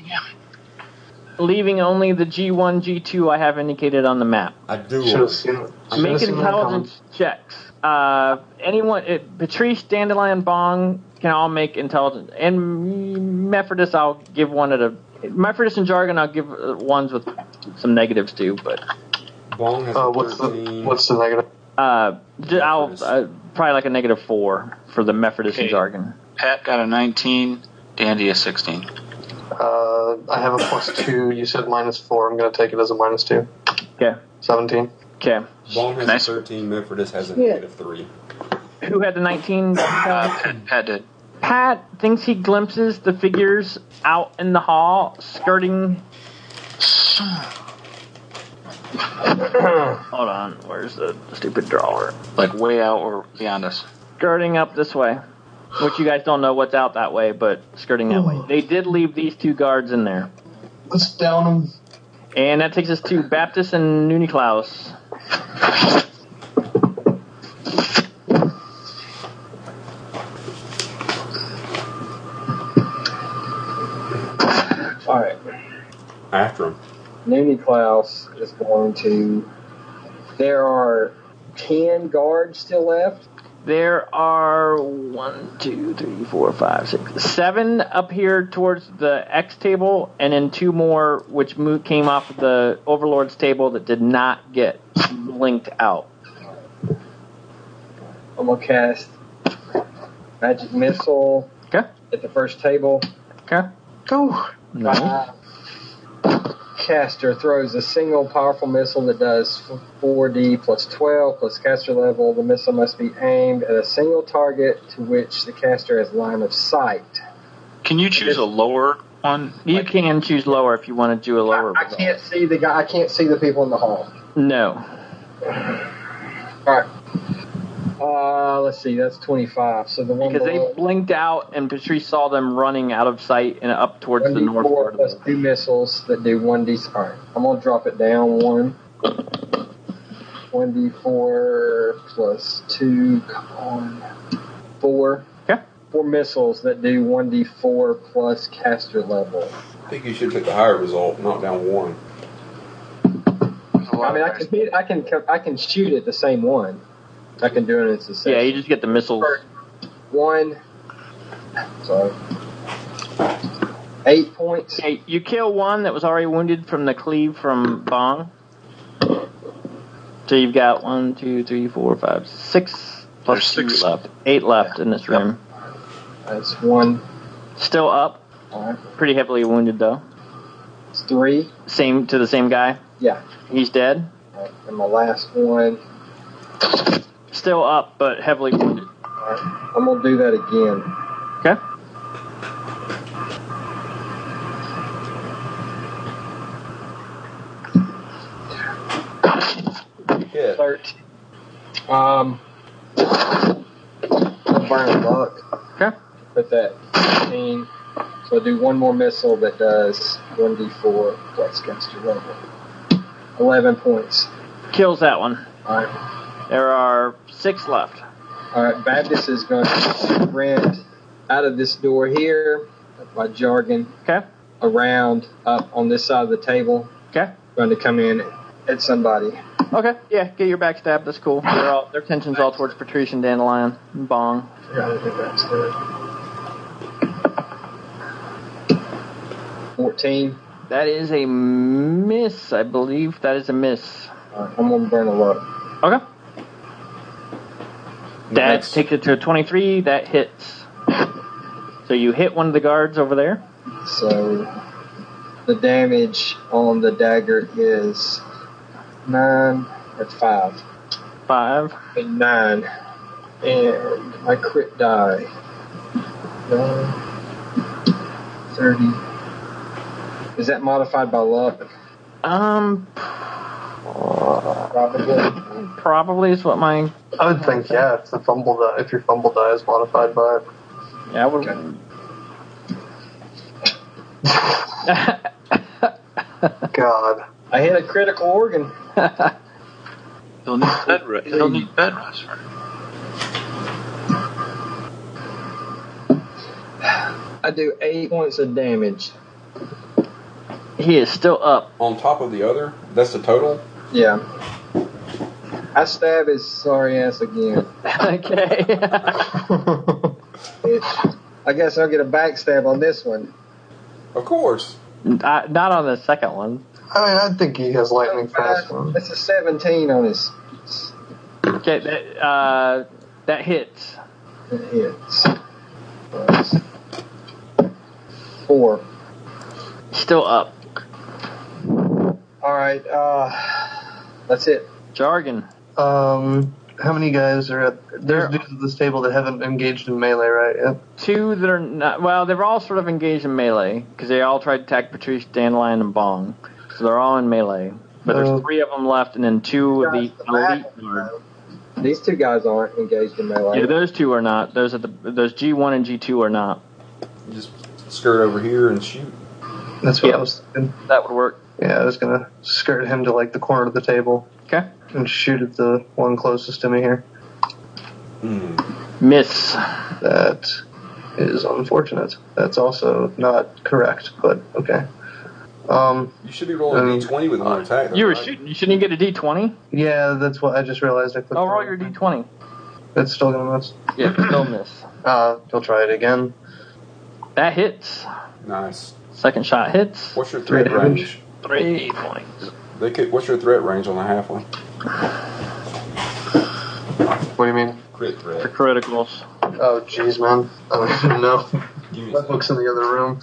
B: leaving only the G1, G2 I have indicated on the map.
C: I do.
E: Should have
C: want-
E: seen it. Should have
B: Make
E: seen that coming.
B: intelligence checks. Uh, anyone, it, Patrice, Dandelion, Bong can all make intelligence. And Mephrodis, I'll give one at a. Mephrodis and Jargon, I'll give uh, ones with some negatives too, but
C: Bong has
E: Uh,
C: a
E: what's the
C: 13.
E: what's the negative?
B: uh, j- I'll
C: Mephrodis.
B: uh, probably like a negative four for the Mephrodis and
F: Okay.
B: Jargon.
F: Pat got a 19. Dandy a 16.
E: Uh, I have a plus two. You said minus four. I'm gonna take it as a minus two.
B: Okay,
E: Seventeen.
B: okay.
C: Bong has
F: Nice.
C: a 13. Methodist has a
D: Yeah.
C: negative three.
B: Who had the 19?
F: Uh, Pat, Pat did.
B: Pat thinks he glimpses the figures out in the hall, skirting. Hold on, where's the stupid drawer?
F: Like way out or beyond us.
B: Skirting up this way, which you guys don't know what's out that way, but skirting that way. They did leave these two guards in there,
E: Let's down them.
B: and that takes us to Baptist and Nuniklaus.
C: after him.
D: Nooney Klaus is going to. There are ten guards still left.
B: There are one, two, three, four, five, six, seven up here towards the X table, and then two more which mo- came off of the Overlord's table that did not get blinked out.
D: I'm gonna cast magic missile
B: Okay.
D: at the first table.
B: Okay.
E: Go.
B: No.
D: Uh, caster throws a single powerful missile that does 4d plus 12 plus caster level. The missile must be aimed at a single target to which the caster has line of sight.
F: Can you choose a lower one?
B: You
F: Like,
B: can choose lower if you want to do a
D: I,
B: lower.
D: I
B: result.
D: can't see the guy. I can't see the people in the hall.
B: No.
D: All right. Uh, let's see. That's 25. So the one
B: Because they
D: below,
B: blinked out, and Patrice saw them running out of sight and up towards the north
D: 1d4
B: part of
D: plus
B: the
D: two missiles that do 1d. All right. I'm gonna drop it down one. 1d4 plus two. Come on. Four.
B: Okay.
D: Four missiles that do 1d4 plus caster level.
C: I think you should pick the higher result, knock down one.
E: There's a lot
D: I mean,
E: of
D: I
E: guys.
D: can hit, I can co- I can shoot at the same one. I can do it in succession.
B: Yeah, you just get the missiles.
D: one. Sorry. Eight points.
B: Okay, you kill one that was already wounded from the cleave from Bong. So you've got one, two, three, four, five, six plus
F: There's six.
B: two left. Eight left in this room.
D: That's one.
B: Still up,
D: All right.
B: pretty heavily wounded though.
D: It's three.
B: Same to the same guy.
D: Yeah.
B: He's dead.
D: All right. And my last one.
B: Still up, but heavily wounded.
D: All right. I'm gonna do that again.
B: Okay.
C: Yeah.
D: Thirteen. Um. I'll burn a buck.
B: Okay.
D: Put that. Fifteen. So I do one more missile that does one d4 plus caster level. Eleven points.
B: Kills that one.
D: All right.
B: There are six left.
D: All right, Baptist is going to rent out of this door here by jargon
B: Okay.
D: around up on this side of the table.
B: Okay.
D: Going to come in at somebody.
B: Okay. Yeah, get your backstab. That's cool. They're all, their tension's all towards Patrice and Dandelion and Bong.
D: Yeah, I think that's good. Fourteen.
B: That is a miss, I believe. That is a miss.
D: All right, I'm gonna burn a lot.
B: Okay. That
C: Next.
B: takes it to a 23. That hits. So you hit one of the guards over there.
D: So the damage on the dagger is nine. That's five.
B: Five.
D: a nine, and my crit die. Nine, thirty. Is that modified by luck?
B: Um,
D: Probably.
B: probably is what my.
E: I would think yeah, if the fumble die, if your fumble die is modified by it.
B: Yeah, I would.
E: God.
D: I hit a critical organ.
F: he'll need bed. re- He'll need bed rest. for it.
D: I do eight points of damage.
B: He is still up.
C: On top of the other, that's the total.
D: Yeah. I stab his sorry ass again.
B: okay. Uh,
D: It, I guess I'll get a backstab on this one.
C: Of course.
B: Uh, not on the second one.
E: I mean, I think he has lightning fast. one.
D: That's a 17 on his
B: Okay, that, uh, that hits.
D: It hits. Plus Four.
B: Still up.
D: All right. Uh, that's it.
B: Jargon.
E: Um, how many guys are at? There's
B: There-
E: dudes at this table that haven't engaged in melee, right? Yet.
B: Two that are not. Well, they're all sort of engaged in melee because they all tried to attack Patrice, Dandelion, and Bong. So they're all in melee. But
E: Oh.
B: there's three of them left, and then two of the
D: Guys, the
B: elite.
D: back-
B: guard.
D: These two guys aren't engaged in melee.
B: Yeah, those two are not. Those are the those G one and G two are not.
C: You just skirt over here and shoot.
E: That's what
B: Yep.
E: I was thinking.
B: That would work.
E: Yeah, I was gonna skirt him to like the corner of the table
B: Okay.
E: and shoot at the one closest to me here.
C: Mm.
B: Miss.
E: That is unfortunate. That's also not correct, but okay. Um,
C: You should be rolling
E: Um,
C: d twenty with one attack. though,
B: You were
C: right?
B: shooting. You shouldn't get a D20.
E: yeah, that's what I just realized. I clicked.
B: Oh, roll
E: the-
B: your D20.
E: That's still gonna miss.
B: Yeah, still miss.
E: Uh, he'll try it again.
B: That hits.
C: Nice.
B: Second shot hits.
C: What's your threat
E: Three
C: range?
E: damage.
B: Three points.
C: They could, what's your threat range on the halfling?
E: What do you mean?
C: Crit
B: For
C: threat.
B: criticals.
E: Oh, jeez, man. I don't even know. That book's in the other room.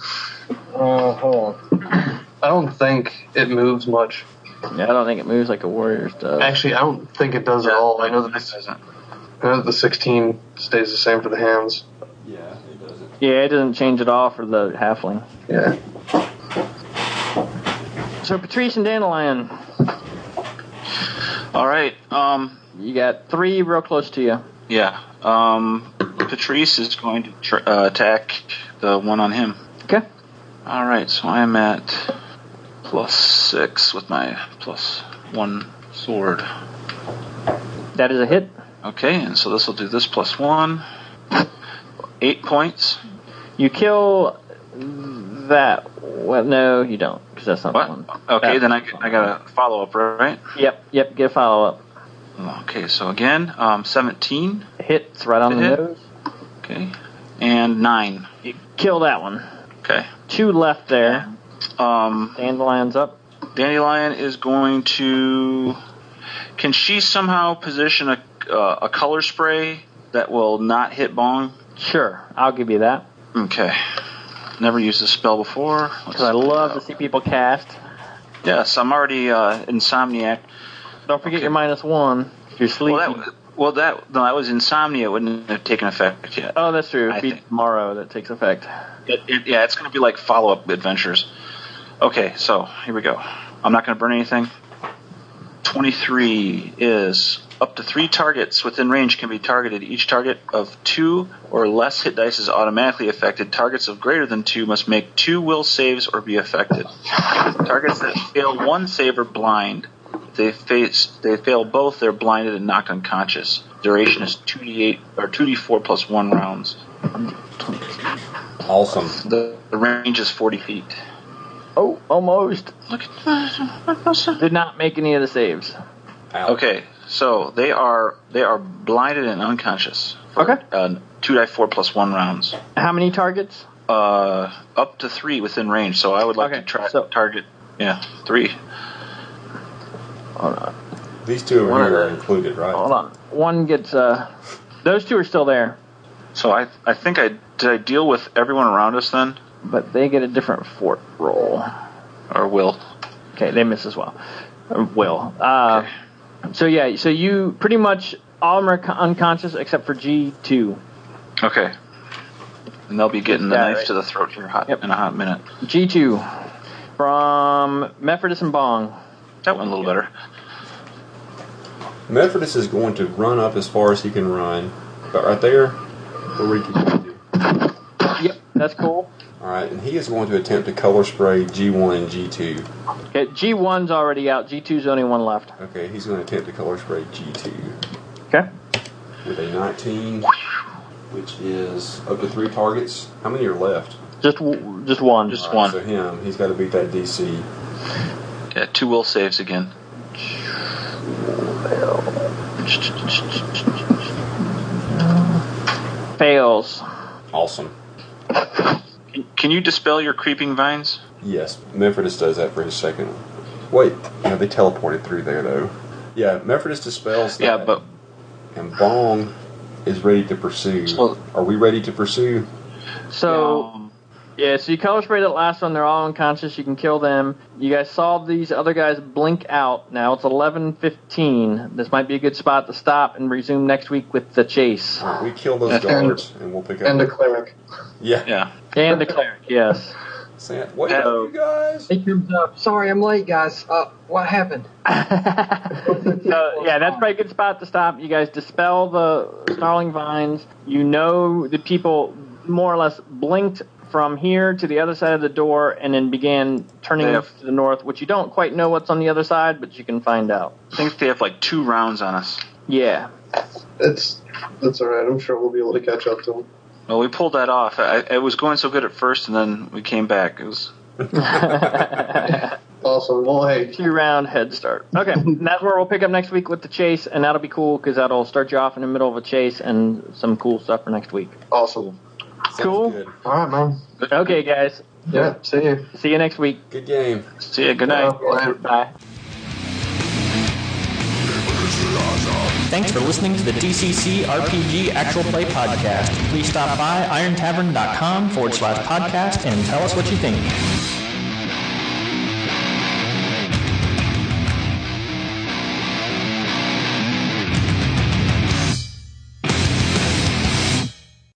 D: Uh, hold on.
E: I don't think it moves much.
B: Yeah, I don't think it moves like a warrior's does.
E: Actually, I don't think it does at all. I know that
F: this
E: the,
F: isn't.
E: I know that the 16 stays the same for the hands.
C: Yeah, it doesn't.
B: yeah, it doesn't change at all for the halfling.
E: Yeah.
B: So Patrice and Dandelion,
F: All right. Um,
B: you got three real close to you.
F: yeah. Um, Patrice is going to tr- uh, attack the one on him.
B: Okay.
F: All right. So I'm at plus six with my plus one sword.
B: That is a hit.
F: Okay, and so this will do this plus one. Eight points.
B: You kill that. Well, no, you don't, because that's not
F: What?
B: the one.
F: Okay,
B: That-
F: then I, g- I got a follow up, right?
B: Yep, yep. Get a follow up.
F: Okay, so again, um, 17.
B: Hits right on
F: It
B: the
F: hit.
B: nose.
F: Okay. And nine.
B: You kill that one.
F: Okay.
B: Two left there.
F: Um,
B: Dandelion's up.
F: Dandelion is going to. Can she somehow position a, uh, a color spray that will not hit Bong?
B: Sure, I'll give you that.
F: Okay. Never used this spell before.
B: Because I love to see people cast.
F: Yes, I'm already uh, Insomniac.
B: Don't forget
F: Okay.
B: your minus one. You're sleeping.
F: Well, that well that no, that was insomnia. It wouldn't have taken effect yet.
B: oh, that's true.
F: I
B: It'd be
F: think-
B: tomorrow that takes effect.
F: It, it, yeah, it's going to be like follow up adventures. Okay, so here we go. I'm not going to burn anything. 23 is up to three targets within range can be targeted. Each target of two or less hit dice is automatically affected. Targets of greater than two must make two will saves or be affected. Targets that fail one save are blind. If they face they fail both, they're blinded and knocked unconscious. Duration is 2d8 or 2d4 plus one rounds.
C: Awesome.
F: The, the range is 40 feet.
B: Oh, almost.
F: Look at
B: Did not make any of the saves.
C: Ouch.
F: Okay, so they are they are blinded and unconscious. for,
B: Okay.
F: Uh, two die four plus one rounds.
B: How many targets?
F: Uh, up to three within range. So I would like
B: Okay,
F: to try
B: so-
F: target. Yeah, three.
B: Hold on.
C: These two
B: One
C: over
B: of
C: here are
B: the-
C: included, right?
B: Hold on. One gets. Uh, those two are still there,
F: So I I think I did I deal with everyone around us then
B: but they get a different fort roll.
F: or will.
B: Okay, they miss as well. Or Will. Uh, So yeah, so you pretty much all of them are con- unconscious except for G two.
F: Okay. And they'll be getting the
B: Yeah,
F: knife
B: right.
F: to the throat here hot
B: Yep.
F: in a hot minute.
B: G two from Mephrodis and Bong.
F: That went a little better.
C: Methodist is going to run up as far as he can run, but right there, where we can do.
B: Yep, that's cool.
C: All right, and he is going to attempt to color spray G1 and G2.
B: Okay, G one's already out. G two's only one left.
C: Okay, he's going to attempt to color spray G2
B: Okay,
C: with a 19, which is up to three targets. How many are left?
B: just w- just one.
F: Just
C: All
F: one.
C: So him, he's got to beat that DC.
F: Yeah, two will saves again.
B: fails.
C: Awesome.
F: Can you dispel your creeping vines?
C: Yes, Memphis does that for his second. Wait, no, they teleported through there though. Yeah, Memphis dispels.
F: Yeah,
C: that,
F: but
C: and Bong is ready to pursue.
F: Well-
C: Are we ready to pursue?
B: So
F: Um,
B: Yeah, so you color spray that last one. They're all unconscious. You can kill them. You guys saw these other guys blink out. Now it's 11:15. This might be a good spot to stop and resume next week with the chase
C: All right, we kill those
E: And-
C: guards and we'll pick up.
E: And a cleric.
C: yeah,
F: yeah.
B: and the cleric. Yes.
C: Sand. Wait
F: Yeah.
C: up, you guys.
D: Hey, Jim's up. Sorry, I'm late, guys. Uh, what happened?
B: so yeah, that's probably a good spot to stop. You guys dispel the snarling vines. You know the people more or less blinked from here to the other side of the door and then began turning
F: They have-
B: to the north, which you don't quite know what's on the other side, but you can find out.
F: I think they have like two rounds on us.
B: Yeah.
E: It's that's all right. I'm sure we'll be able to catch up to him.
F: Well, we pulled that off. I, it was going so good at first, and then we came back. It was
E: Awesome. Well, hey,
B: two round head start. Okay, and that's where we'll pick up next week with the chase, and that'll be cool because that'll start you off in the middle of a chase and some cool stuff for next week.
E: awesome.
C: Sounds
B: Cool.
C: Good.
E: All right, man.
B: Okay, guys,
E: Yeah, see Uh, you.
B: see you next week.
C: good game.
F: See ya. Good night.
E: Yeah, later.
B: Bye.
A: Thanks for listening to the DCC RPG Actual Play Podcast. Please stop by irontavern.com forward slash podcast and tell us what you think.